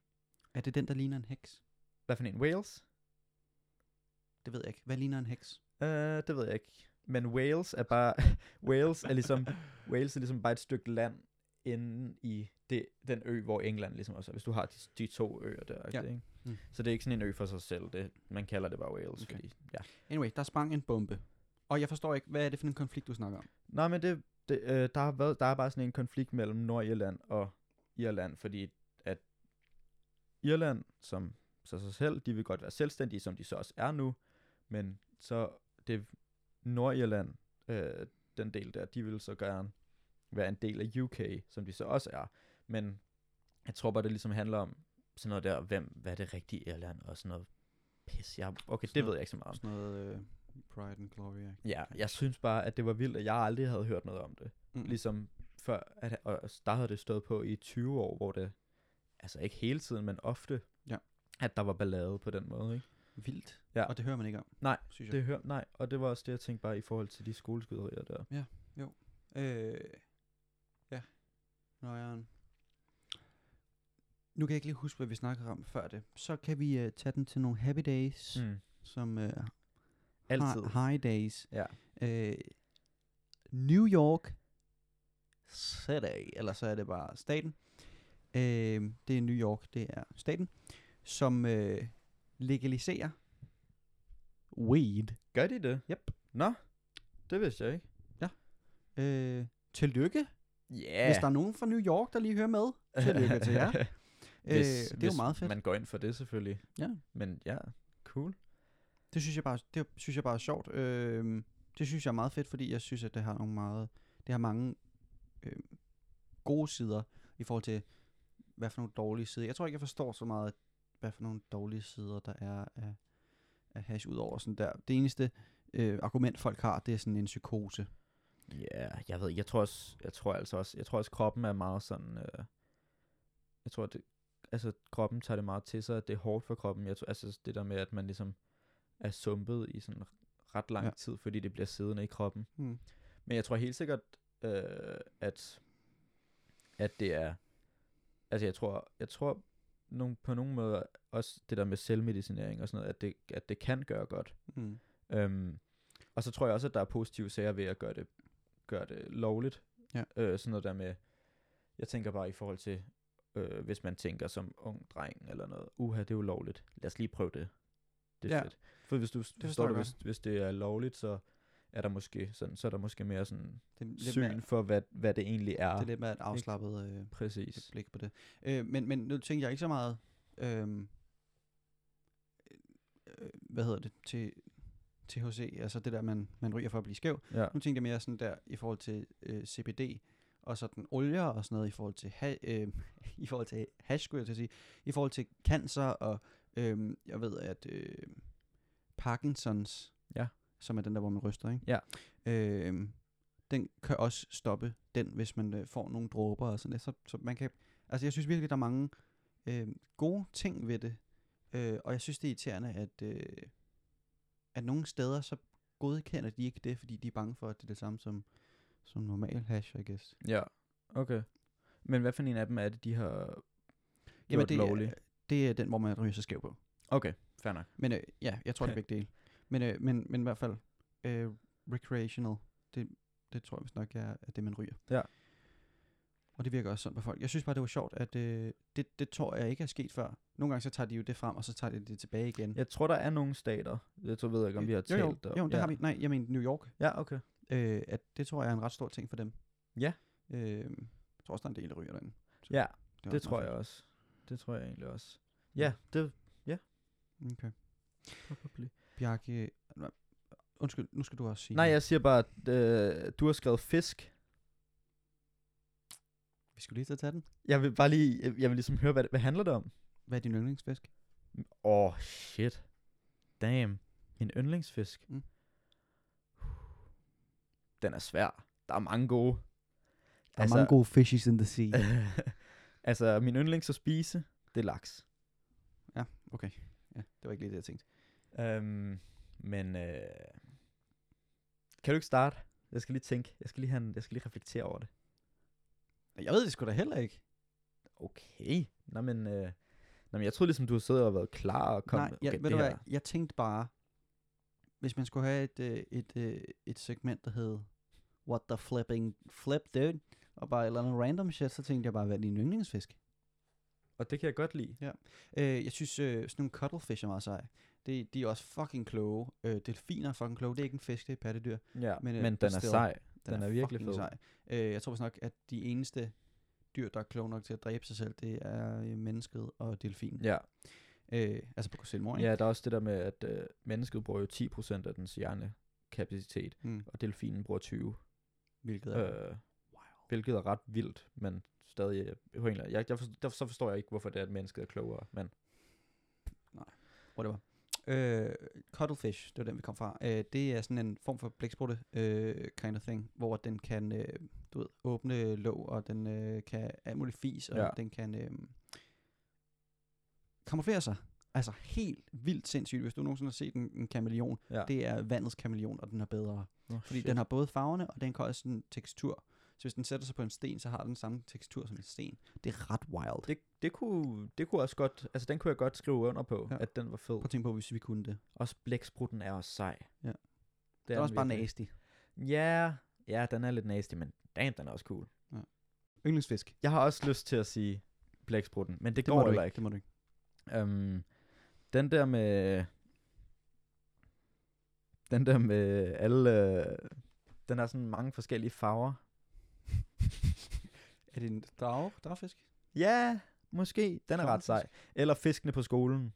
Speaker 1: Er det den, der ligner en heks?
Speaker 2: Hvad for en? Wales?
Speaker 1: Det ved jeg ikke. Hvad ligner en heks?
Speaker 2: Uh, det ved jeg ikke. Men Wales er bare... Wales er ligesom... Wales er ligesom bare et stykke land inde i det, den ø, hvor England ligesom også er. Hvis du har de, de to øer der.
Speaker 1: Ja.
Speaker 2: Ja. Ikke?
Speaker 1: Mm.
Speaker 2: Mm. Så det er ikke sådan en ø for sig selv. Det, man kalder det bare
Speaker 1: Okay.
Speaker 2: Wales. Okay. Fordi, ja.
Speaker 1: Anyway, der sprang en bombe. Og jeg forstår ikke, hvad er det for en konflikt, du snakker om?
Speaker 2: Nej, men det, det, øh, der, har været, der er bare sådan en konflikt mellem Nordirland og Irland, fordi at Irland, som så sig selv, de vil godt være selvstændige, som de så også er nu, men så det Nordirland, øh, den del der, de vil så gerne være en del af UK, som de så også er. Men jeg tror bare, det ligesom handler om sådan noget der, hvem, hvad er det rigtige Irland, og sådan noget pis. Jeg, okay,
Speaker 1: Sådan
Speaker 2: det
Speaker 1: noget-
Speaker 2: ved jeg ikke så meget om.
Speaker 1: Sådan noget øh, Pride and Glory. ikke?
Speaker 2: Ja, jeg synes bare, at det var vildt, at jeg aldrig havde hørt noget om det
Speaker 1: Mm.
Speaker 2: ligesom før, at, og der havde det stået på i 20 år, hvor det, altså ikke hele tiden, men ofte,
Speaker 1: Ja.
Speaker 2: at der var ballade på den måde, ikke?
Speaker 1: Vildt.
Speaker 2: Ja.
Speaker 1: Og det hører man ikke om.
Speaker 2: Nej,
Speaker 1: synes jeg.
Speaker 2: Det hør, nej, og det var også det, jeg tænkte bare i forhold til de skoleskyderier der.
Speaker 1: Øh, ja. Nøjeren. Nu kan jeg ikke lige huske, hvad vi snakkede om før det. Så kan vi øh, tage den til nogle happy days, mm.
Speaker 2: Mm.
Speaker 1: som øh,
Speaker 2: Altid.
Speaker 1: Hi- high days.
Speaker 2: Ja.
Speaker 1: Øh, New York City, eller så er det bare staten. Øh, det er New York, det er staten, som øh, legaliserer weed.
Speaker 2: Gør de det?
Speaker 1: Yep.
Speaker 2: Nå, det vidste jeg ikke.
Speaker 1: Øh, tillykke,
Speaker 2: Ja.
Speaker 1: Hvis der er nogen fra New York, der lige hører med, tillykke til jer.
Speaker 2: hvis,
Speaker 1: øh, det er
Speaker 2: hvis
Speaker 1: jo meget fedt. Man...
Speaker 2: man går ind for det selvfølgelig.
Speaker 1: Ja.
Speaker 2: Men ja, cool.
Speaker 1: Det synes jeg bare, det synes jeg bare er sjovt. Øh, det synes jeg er meget fedt, fordi jeg synes, at det har nogle meget, det har mange øh, gode sider i forhold til, hvad for nogle dårlige sider. Jeg tror ikke, jeg forstår så meget, hvad for nogle dårlige sider, der er af, af hash, udover sådan der. Det eneste øh, argument, folk har, det er sådan en psykose.
Speaker 2: Ja, yeah, jeg ved, ikke. jeg tror også, jeg tror altså også, jeg tror også kroppen er meget sådan, øh, jeg tror det, altså kroppen tager det meget til sig, at det er hårdt for kroppen. Jeg tror altså det der med at man ligesom er sumpet i sådan ret lang
Speaker 1: Ja.
Speaker 2: ja. tid, fordi det bliver siddende i kroppen.
Speaker 1: Hmm.
Speaker 2: Men jeg tror helt sikkert øh, at at det er altså jeg tror, jeg tror nogen, på nogen måde også det der med selvmedicinering og sådan noget, at det at det kan gøre godt.
Speaker 1: Mm.
Speaker 2: Øhm, og så tror jeg også, at der er positive sager ved at gøre det, gøre det lovligt.
Speaker 1: Ja.
Speaker 2: Øh, sådan noget der med, jeg tænker bare i forhold til, øh, hvis man tænker som ung dreng eller noget, uha, det er jo lovligt, lad os lige prøve det. Det er
Speaker 1: Ja.
Speaker 2: ja. fedt. For hvis du det
Speaker 1: forstår
Speaker 2: forstår
Speaker 1: jeg
Speaker 2: du, hvis, hvis det er lovligt, så er der måske sådan, så er der måske mere sådan
Speaker 1: Det, er lidt
Speaker 2: syn
Speaker 1: mere,
Speaker 2: mere, for, hvad, hvad det egentlig er.
Speaker 1: det er
Speaker 2: Det
Speaker 1: lidt mere et afslappet... Øh, et
Speaker 2: Præcis.
Speaker 1: blik på det. Øh, men, men nu tænker jeg ikke så meget, øhm, øh, hvad hedder det, til THC, altså det der, man, man ryger for at blive skæv.
Speaker 2: Ja.
Speaker 1: Nu tænker jeg mere sådan der i forhold til øh, CBD, og sådan olier og sådan noget i forhold til, ha- øh, i forhold til hash, skulle jeg til at sige, i forhold til cancer, og øh, jeg ved, at øh, Parkinsons,
Speaker 2: Ja.
Speaker 1: som er den der, hvor man ryster, ikke?
Speaker 2: Ja.
Speaker 1: Øh, den kan også stoppe den, hvis man øh, får nogle dråber og sådan det. Så, så man kan, altså jeg synes virkelig, der er mange øh, gode ting ved det. Øh, og jeg synes, det er irriterende, at, øh, at nogle steder, så godkender de ikke det, fordi de er bange for, at det er det samme som, som normal hash, I guess.
Speaker 2: Ja, okay. Men hvad for en af dem er det, de har gjort
Speaker 1: Jamen, det,
Speaker 2: lovligt?
Speaker 1: er, det er den, hvor man ryger sig skæv på.
Speaker 2: Okay, fair nok.
Speaker 1: Men øh, ja, jeg tror, det er begge dele. Men, øh, men, men i hvert fald, øh, recreational, det, det tror jeg vist nok er, er det, man ryger.
Speaker 2: Ja.
Speaker 1: Og det virker også sådan på folk. Jeg synes bare, det var sjovt, at øh, det, det tror jeg ikke er sket før. Nogle gange så tager de jo det frem, og så tager de det tilbage igen.
Speaker 2: Jeg tror, der er nogle stater. Jeg tror, ved jeg ikke, om vi har
Speaker 1: jo,
Speaker 2: talt
Speaker 1: jo,
Speaker 2: om.
Speaker 1: jo, det
Speaker 2: ja.
Speaker 1: har vi. Nej, jeg mener New York.
Speaker 2: Ja, okay.
Speaker 1: Øh, at det tror jeg er en ret stor ting for dem.
Speaker 2: Ja.
Speaker 1: Øh, jeg tror også, der er en del, der ryger derinde. Så
Speaker 2: Ja,
Speaker 1: er
Speaker 2: det
Speaker 1: også
Speaker 2: tror
Speaker 1: meget
Speaker 2: jeg også. Det tror jeg egentlig også. Ja, det...
Speaker 1: fedt. Okay. Bjarke, øh, undskyld, nu skal du også sige.
Speaker 2: Nej,
Speaker 1: noget.
Speaker 2: jeg siger bare, at øh, du har skrevet fisk.
Speaker 1: Vi skulle lige til at tage den.
Speaker 2: Jeg vil bare lige... Jeg vil ligesom høre, hvad, hvad handler det om?
Speaker 1: Hvad er din yndlingsfisk?
Speaker 2: Åh, oh, shit. Damn. Min yndlingsfisk.
Speaker 1: Mm.
Speaker 2: Mm. Den er svær. Der er mange gode.
Speaker 1: Der er altså, mange gode fishes in the sea.
Speaker 2: altså, min yndlings at spise, det er laks.
Speaker 1: ja, det var ikke lige det, jeg tænkte.
Speaker 2: Øhm, men øh, kan du ikke starte? Jeg skal lige tænke. Jeg skal lige, have en, jeg skal lige reflektere over det.
Speaker 1: Jeg ved det sgu da heller ikke.
Speaker 2: Okay. Nå, men, øh, nå, men jeg troede ligesom, du havde siddet og været klar og kom.
Speaker 1: Nej, jeg,
Speaker 2: okay,
Speaker 1: ved du
Speaker 2: det
Speaker 1: hvad,
Speaker 2: her-
Speaker 1: jeg tænkte bare, hvis man skulle have et, øh, et, øh, et segment, der hed What the flipping flip, dude, og bare et eller andet random shit, så tænkte jeg bare, hvad er din yndlingsfisk?
Speaker 2: Og det kan jeg godt lide.
Speaker 1: Øh, jeg synes, øh, sådan nogle cuttlefish er meget seje. Det, de er også fucking kloge. Øh, delfiner er fucking kloge. Det er ikke en fisk, det er et pattedyr.
Speaker 2: Ja,
Speaker 1: Men,
Speaker 2: men,
Speaker 1: øh,
Speaker 2: øh, men den er
Speaker 1: still.
Speaker 2: sej. Den er virkelig
Speaker 1: fucking
Speaker 2: fed.
Speaker 1: Sej. Øh, jeg tror vist nok, at de eneste dyr, der er kloge nok til at dræbe sig selv, det er øh, mennesket og delfinen.
Speaker 2: Ja.
Speaker 1: Øh, altså på Kusilmor,
Speaker 2: ja, der er også det der med, at øh, mennesket bruger jo 10% af dens hjernekapacitet,
Speaker 1: Mm,
Speaker 2: og delfinen bruger 20.
Speaker 1: hvilket er...
Speaker 2: Øh, Hvilket er ret vildt, men stadig... øh, På en eller anden, jeg, jeg forstår, der, så forstår jeg ikke, hvorfor det er, at mennesket er klogere. Men
Speaker 1: whatever. Øh, cuttlefish, det var den, vi kom fra. Øh, det er sådan en form for blæksprutte øh, kind of thing, hvor den kan, øh, du ved, åbne låg, og den øh, kan alt muligt fis, og ja.
Speaker 2: Ja.
Speaker 1: den kan øh, kamuflere sig. Altså helt vildt sindssygt. Hvis du nogensinde har set en, en kameleon,
Speaker 2: ja.
Speaker 1: det er vandets kameleon, og den er bedre.
Speaker 2: Nå,
Speaker 1: Fordi Shit. den har både farverne, og den kan også sådan tekstur. Så hvis den sætter sig på en sten, så har den samme tekstur som en sten. Det er ret wild.
Speaker 2: det, det, kunne, det kunne også godt... Altså, den kunne jeg godt skrive under på,
Speaker 1: Ja.
Speaker 2: ja. at den var fed.
Speaker 1: Prøv at tænke på, hvis vi kunne det.
Speaker 2: Også blæksprutten er også sej.
Speaker 1: Ja.
Speaker 2: Det
Speaker 1: Det er også bare
Speaker 2: virkelig.
Speaker 1: nasty.
Speaker 2: Ja, ja, den er lidt nasty, men damn, den er også cool.
Speaker 1: Yndlingsfisk.
Speaker 2: Jeg har også lyst til at sige blæksprutten, men det,
Speaker 1: må
Speaker 2: går
Speaker 1: du
Speaker 2: heller
Speaker 1: ikke.
Speaker 2: ikke.
Speaker 1: Det må du ikke.
Speaker 2: Øhm, den der med... Den der med alle... Øh, den har sådan mange forskellige farver.
Speaker 1: Er det en drage? Dragfisk?
Speaker 2: Ja, måske. Den er ret
Speaker 1: Klammefisk.
Speaker 2: sej. Eller fiskene på skolen.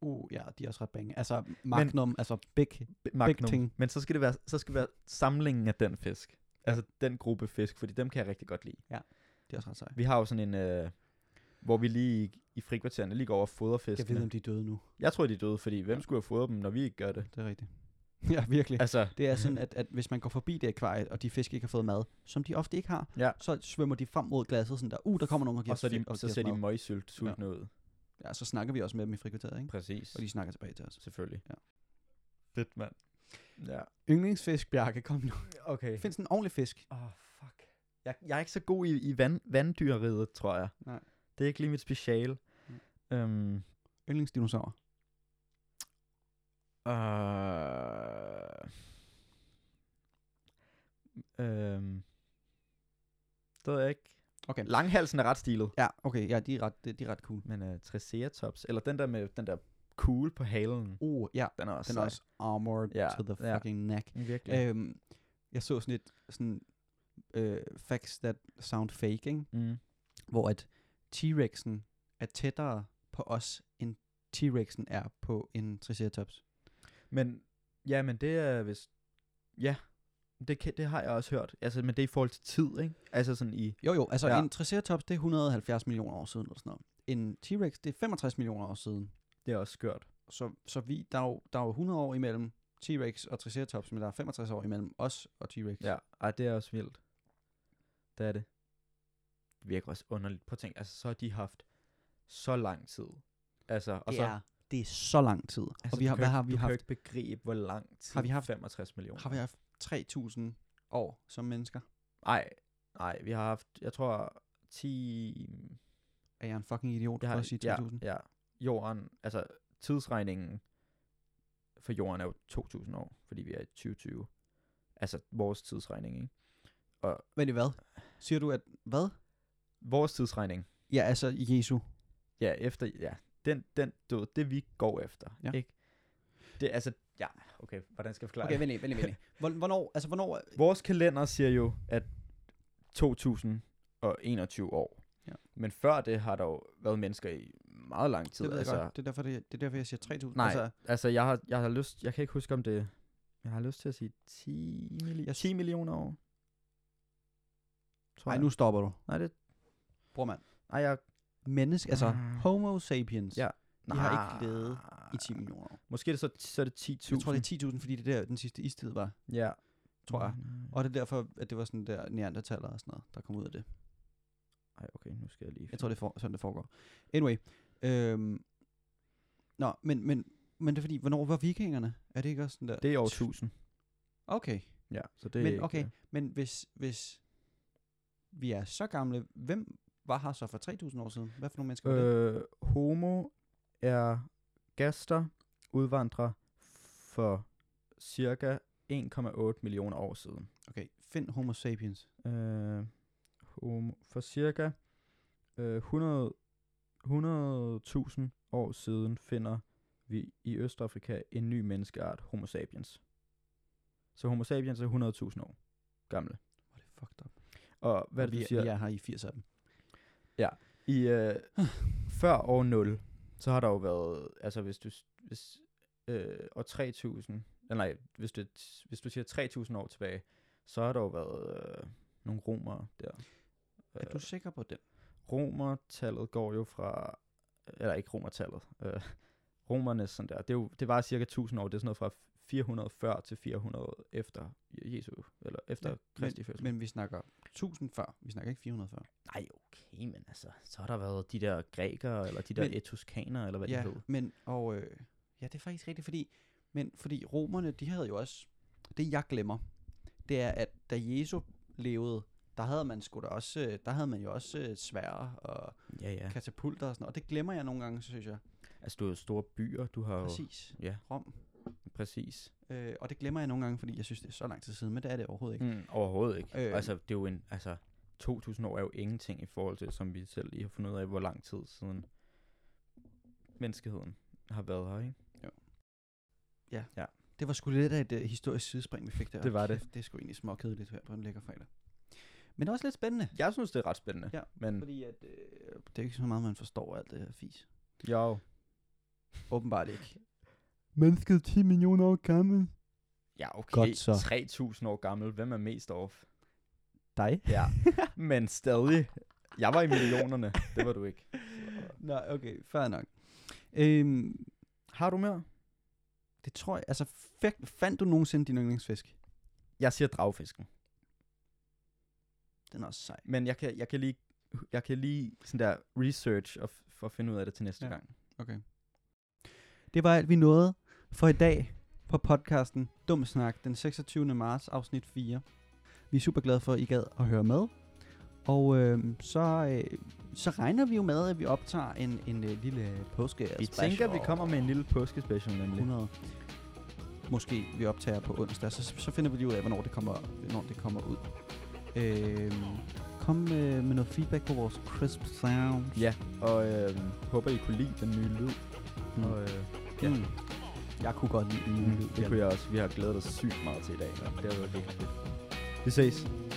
Speaker 1: Uh, ja, de er også ret bange. Altså, magnum, Men, altså big.
Speaker 2: B- Magnum.
Speaker 1: ting.
Speaker 2: Men så skal, det være, så skal det være samlingen af den fisk. Altså den gruppe fisk, fordi dem kan jeg rigtig godt lide.
Speaker 1: De er også ret seje.
Speaker 2: Vi har jo sådan en... Øh, hvor vi lige i, i frikvartererne lige går over og fodrer
Speaker 1: Jeg ved,
Speaker 2: fiskene.
Speaker 1: om de er døde nu.
Speaker 2: Jeg tror, de er døde, fordi hvem skulle have fodret dem, når vi ikke gør det?
Speaker 1: Det er rigtigt. ja, virkelig.
Speaker 2: Altså,
Speaker 1: Det er sådan, at, at hvis man går forbi det akvarie, og de fisk ikke har fået mad, som de ofte ikke har,
Speaker 2: Ja.
Speaker 1: så svømmer de frem mod glasset, sådan der, uh, der kommer nogen og giver
Speaker 2: og så, er
Speaker 1: os fi-
Speaker 2: de,
Speaker 1: og
Speaker 2: så
Speaker 1: giver os
Speaker 2: ser de
Speaker 1: mad.
Speaker 2: møgsylt sultne ud.
Speaker 1: Ja, så snakker vi også med dem i frikvarteret, ikke?
Speaker 2: Præcis.
Speaker 1: Og de snakker tilbage til os.
Speaker 2: Selvfølgelig.
Speaker 1: Ja.
Speaker 2: Fedt, mand. Ja.
Speaker 1: Yndlingsfisk, Bjarke, kom nu.
Speaker 2: Okay.
Speaker 1: Findes en ordentlig fisk?
Speaker 2: Åh, oh, fuck. Jeg, jeg er ikke så god i, i vand, vanddyreriet, tror jeg.
Speaker 1: Nej.
Speaker 2: Det er ikke lige mit speciale.
Speaker 1: Mm.
Speaker 2: Øhm,
Speaker 1: Yndlingsdinosaurer.
Speaker 2: øh, øhm, det ved jeg ikke.
Speaker 1: Okay.
Speaker 2: Langhalsen er ret stilet.
Speaker 1: Ja, okay, ja, de er ret, de er ret cool.
Speaker 2: Men uh, Triceratops, eller den der med den der kugle på halen,
Speaker 1: Uh, ja,
Speaker 2: den er også
Speaker 1: den er
Speaker 2: sej.
Speaker 1: også armored
Speaker 2: Ja,
Speaker 1: to the
Speaker 2: ja.
Speaker 1: fucking neck.
Speaker 2: Virkelig.
Speaker 1: Yeah. Øhm, jeg så sådan et sådan, øh, facts that sound fake, ikke?
Speaker 2: mm.
Speaker 1: hvor at T-Rexen er tættere på os, end T-Rexen er på en Triceratops.
Speaker 2: Men, ja, men det er vist... Ja, det, kan, det har jeg også hørt. Altså, men det er i forhold til tid, ikke? Altså sådan i...
Speaker 1: Jo jo, altså ja.
Speaker 2: Ja.
Speaker 1: en Triceratops, det er 170 millioner år siden, eller sådan noget. En T-Rex, det er 65 millioner år siden.
Speaker 2: Det er også skørt.
Speaker 1: Så, så vi, der er, jo, der er jo 100 år imellem T-Rex og Triceratops, men der er 65 år imellem os og T-Rex.
Speaker 2: Ja, ej, det er også vildt. Det er det. Det virker også underligt. Prøv at tænke, altså så har de haft så lang tid. Altså, og
Speaker 1: Det
Speaker 2: så...
Speaker 1: er, det er så lang tid. Altså,
Speaker 2: Altså,
Speaker 1: og vi har,
Speaker 2: du
Speaker 1: hvad
Speaker 2: kan jo
Speaker 1: har
Speaker 2: ikke-
Speaker 1: vi
Speaker 2: du kan jo
Speaker 1: haft?
Speaker 2: ikke begribe, hvor lang tid
Speaker 1: Har vi haft-
Speaker 2: 65 millioner.
Speaker 1: Har vi haft 3.000 år som mennesker?
Speaker 2: Nej, nej, vi har haft, jeg tror, 10...
Speaker 1: Er jeg en fucking idiot
Speaker 2: Jeg
Speaker 1: for
Speaker 2: har,
Speaker 1: at sige 3.000?
Speaker 2: ja, ja, jorden, altså tidsregningen for jorden er jo 2000 år, fordi vi er i 2020. Altså vores tidsregning, ikke?
Speaker 1: Men i hvad? Siger du, at hvad?
Speaker 2: Vores tidsregning,
Speaker 1: Ja, altså Jesu.
Speaker 2: ja, efter, ja, den, den død, det vi går efter,
Speaker 1: Ja.
Speaker 2: ikke? Det er altså, ja, okay, hvordan skal jeg forklare
Speaker 1: Okay,
Speaker 2: det?
Speaker 1: vent lige, vent lige, vent lige. Hvor- Hvornår, altså hvornår,
Speaker 2: Vores kalender siger jo, at 2021 år.
Speaker 1: Ja.
Speaker 2: Men før det har der jo været mennesker i meget lang tid.
Speaker 1: det ved jeg
Speaker 2: altså,
Speaker 1: godt. Det er derfor, det, det er derfor jeg siger 3.000.
Speaker 2: Nej.
Speaker 1: Altså,
Speaker 2: Altså, jeg har, jeg har lyst... Jeg kan ikke huske, om det... Jeg har lyst til at sige 10, milli-
Speaker 1: Jeg-
Speaker 2: 10 millioner år. Tror
Speaker 1: nej,
Speaker 2: jeg.
Speaker 1: nu stopper du.
Speaker 2: Nej, det...
Speaker 1: Bror mand.
Speaker 2: Nej, jeg...
Speaker 1: Menneske, altså
Speaker 2: Ah.
Speaker 1: homo sapiens.
Speaker 2: Ja.
Speaker 1: De
Speaker 2: Nej.
Speaker 1: har ikke levet i 10 millioner år.
Speaker 2: Måske er det så, så er det 10.000.
Speaker 1: Jeg tror, det er 10.000, fordi det der, den sidste istid var,
Speaker 2: Ja.
Speaker 1: tror jeg.
Speaker 2: Mm.
Speaker 1: Og det er derfor, at det var sådan der neandertaler og sådan noget, der kom ud af det.
Speaker 2: Ej, okay, nu skal jeg lige...
Speaker 1: Jeg tror, det er for, sådan, det foregår. Anyway. Øhm, nå, men, men, men det er fordi, hvornår var vikingerne? Er det ikke også sådan der?
Speaker 2: det er over 1000.
Speaker 1: Okay.
Speaker 2: Ja, så det er
Speaker 1: Men
Speaker 2: ikke,
Speaker 1: okay.
Speaker 2: øh,
Speaker 1: Men hvis, hvis vi er så gamle, hvem var her så for 3.000 år siden? Hvad for nogle mennesker var det?
Speaker 2: Øh, homo er gaster, udvandrer for cirka 1,8 millioner år siden.
Speaker 1: Okay, find homo sapiens.
Speaker 2: Øh, homo, for cirka øh, 100 100.000 år siden finder vi i Østafrika en ny menneskeart, homo sapiens. Så homo sapiens er 100.000 år gamle.
Speaker 1: Hvor er det fucked up.
Speaker 2: Og hvad er
Speaker 1: vi,
Speaker 2: det, du
Speaker 1: er,
Speaker 2: siger?
Speaker 1: vi er her i 80 af dem.
Speaker 2: I øh, før år 0, så har der jo været, altså hvis du, s- hvis, øh, år 3000, eller nej, hvis du, hvis du siger 3000 år tilbage, så har der jo været øh, nogle romere der. Øh,
Speaker 1: Er du sikker på den?
Speaker 2: romertallet går jo fra, eller ikke romertallet, øh, romerne sådan der, det, er jo, det var cirka 1000 år, det er sådan noget fra 400 før til 400 efter Jesu, eller efter ja, Kristi fødsel.
Speaker 1: Men vi snakker 1000 før. Vi snakker ikke 400 før.
Speaker 2: nej, okay, men altså, så har der været de der grækere, eller de der
Speaker 1: Men-
Speaker 2: etruskanere, eller hvad de
Speaker 1: ja,
Speaker 2: hed.
Speaker 1: men og øh, ja, det er faktisk rigtigt, fordi men fordi romerne, de havde jo også det jeg glemmer, det er at da Jesus levede, der havde man sgu da også, øh, der havde man jo også øh, svære og
Speaker 2: Ja, ja.
Speaker 1: ja. katapulter og sådan noget, og det glemmer jeg nogle gange, synes jeg.
Speaker 2: Altså, du har jo store byer, du har jo...
Speaker 1: Præcis.
Speaker 2: Ja,
Speaker 1: Rom.
Speaker 2: præcis.
Speaker 1: Øh, og det glemmer jeg nogle gange, fordi jeg synes, det er så lang tid siden, men det er det overhovedet ikke.
Speaker 2: Mm, overhovedet ikke.
Speaker 1: Øhm.
Speaker 2: Øh. Altså, det er jo en... Altså, 2000 år er jo ingenting i forhold til, som vi selv lige har fundet ud af, hvor lang tid siden menneskeheden har været her, ikke?
Speaker 1: Det var sgu lidt af et uh, historisk sidespring, vi fik der.
Speaker 2: Det var det.
Speaker 1: Kæft, det er sgu egentlig småkedeligt her på en lækker fredag. Men det er også lidt spændende,
Speaker 2: Jeg synes, det er ret spændende.
Speaker 1: Ja,
Speaker 2: Men
Speaker 1: fordi at, øh, det er ikke så meget, man forstår alt det her fis.
Speaker 2: jo...
Speaker 1: Åbenbart ikke.
Speaker 2: Mennesket er 10 millioner år gammel. Ja, okay.
Speaker 1: Godt så.
Speaker 2: 3000 år gammel. Hvem er mest off?
Speaker 1: Dig?
Speaker 2: Ja. Men stadig. Jeg var i millionerne. Det var du ikke.
Speaker 1: Nej, okay, fair nok. Øhm,
Speaker 2: Har du mere?
Speaker 1: det tror jeg, altså fik, fandt du nogensinde din yndlingsfisk?
Speaker 2: Jeg siger dragfisken.
Speaker 1: Den er også sej.
Speaker 2: Men jeg kan, jeg kan lige, jeg kan lige sådan der research og f- for at finde ud af det til næste
Speaker 1: Ja.
Speaker 2: ja. gang.
Speaker 1: Okay. Det var alt, vi nåede for i dag på podcasten Dum Snak den 26. marts, afsnit 4. Vi er super glade for, at I gad at høre med. Og øh, så, øh, så regner vi jo med, at vi optager en, en øh, lille påske
Speaker 2: Vi tænker, at vi kommer med en lille påskespecial nemlig.
Speaker 1: 100. Måske vi optager på onsdag, så, så finder vi lige ud af, hvornår det kommer, hvornår det kommer ud. Øh, kom med, med noget feedback på vores crisp sound.
Speaker 2: Ja, og øh, håber, I kunne lide den nye lyd.
Speaker 1: Mm.
Speaker 2: Mm. Og, øh,
Speaker 1: Ja. Mm. Jeg kunne godt lide den nye lyd.
Speaker 2: det kunne jeg også. Vi har glædet os sygt meget til i dag. og Det har været virkelig fedt. Vi ses.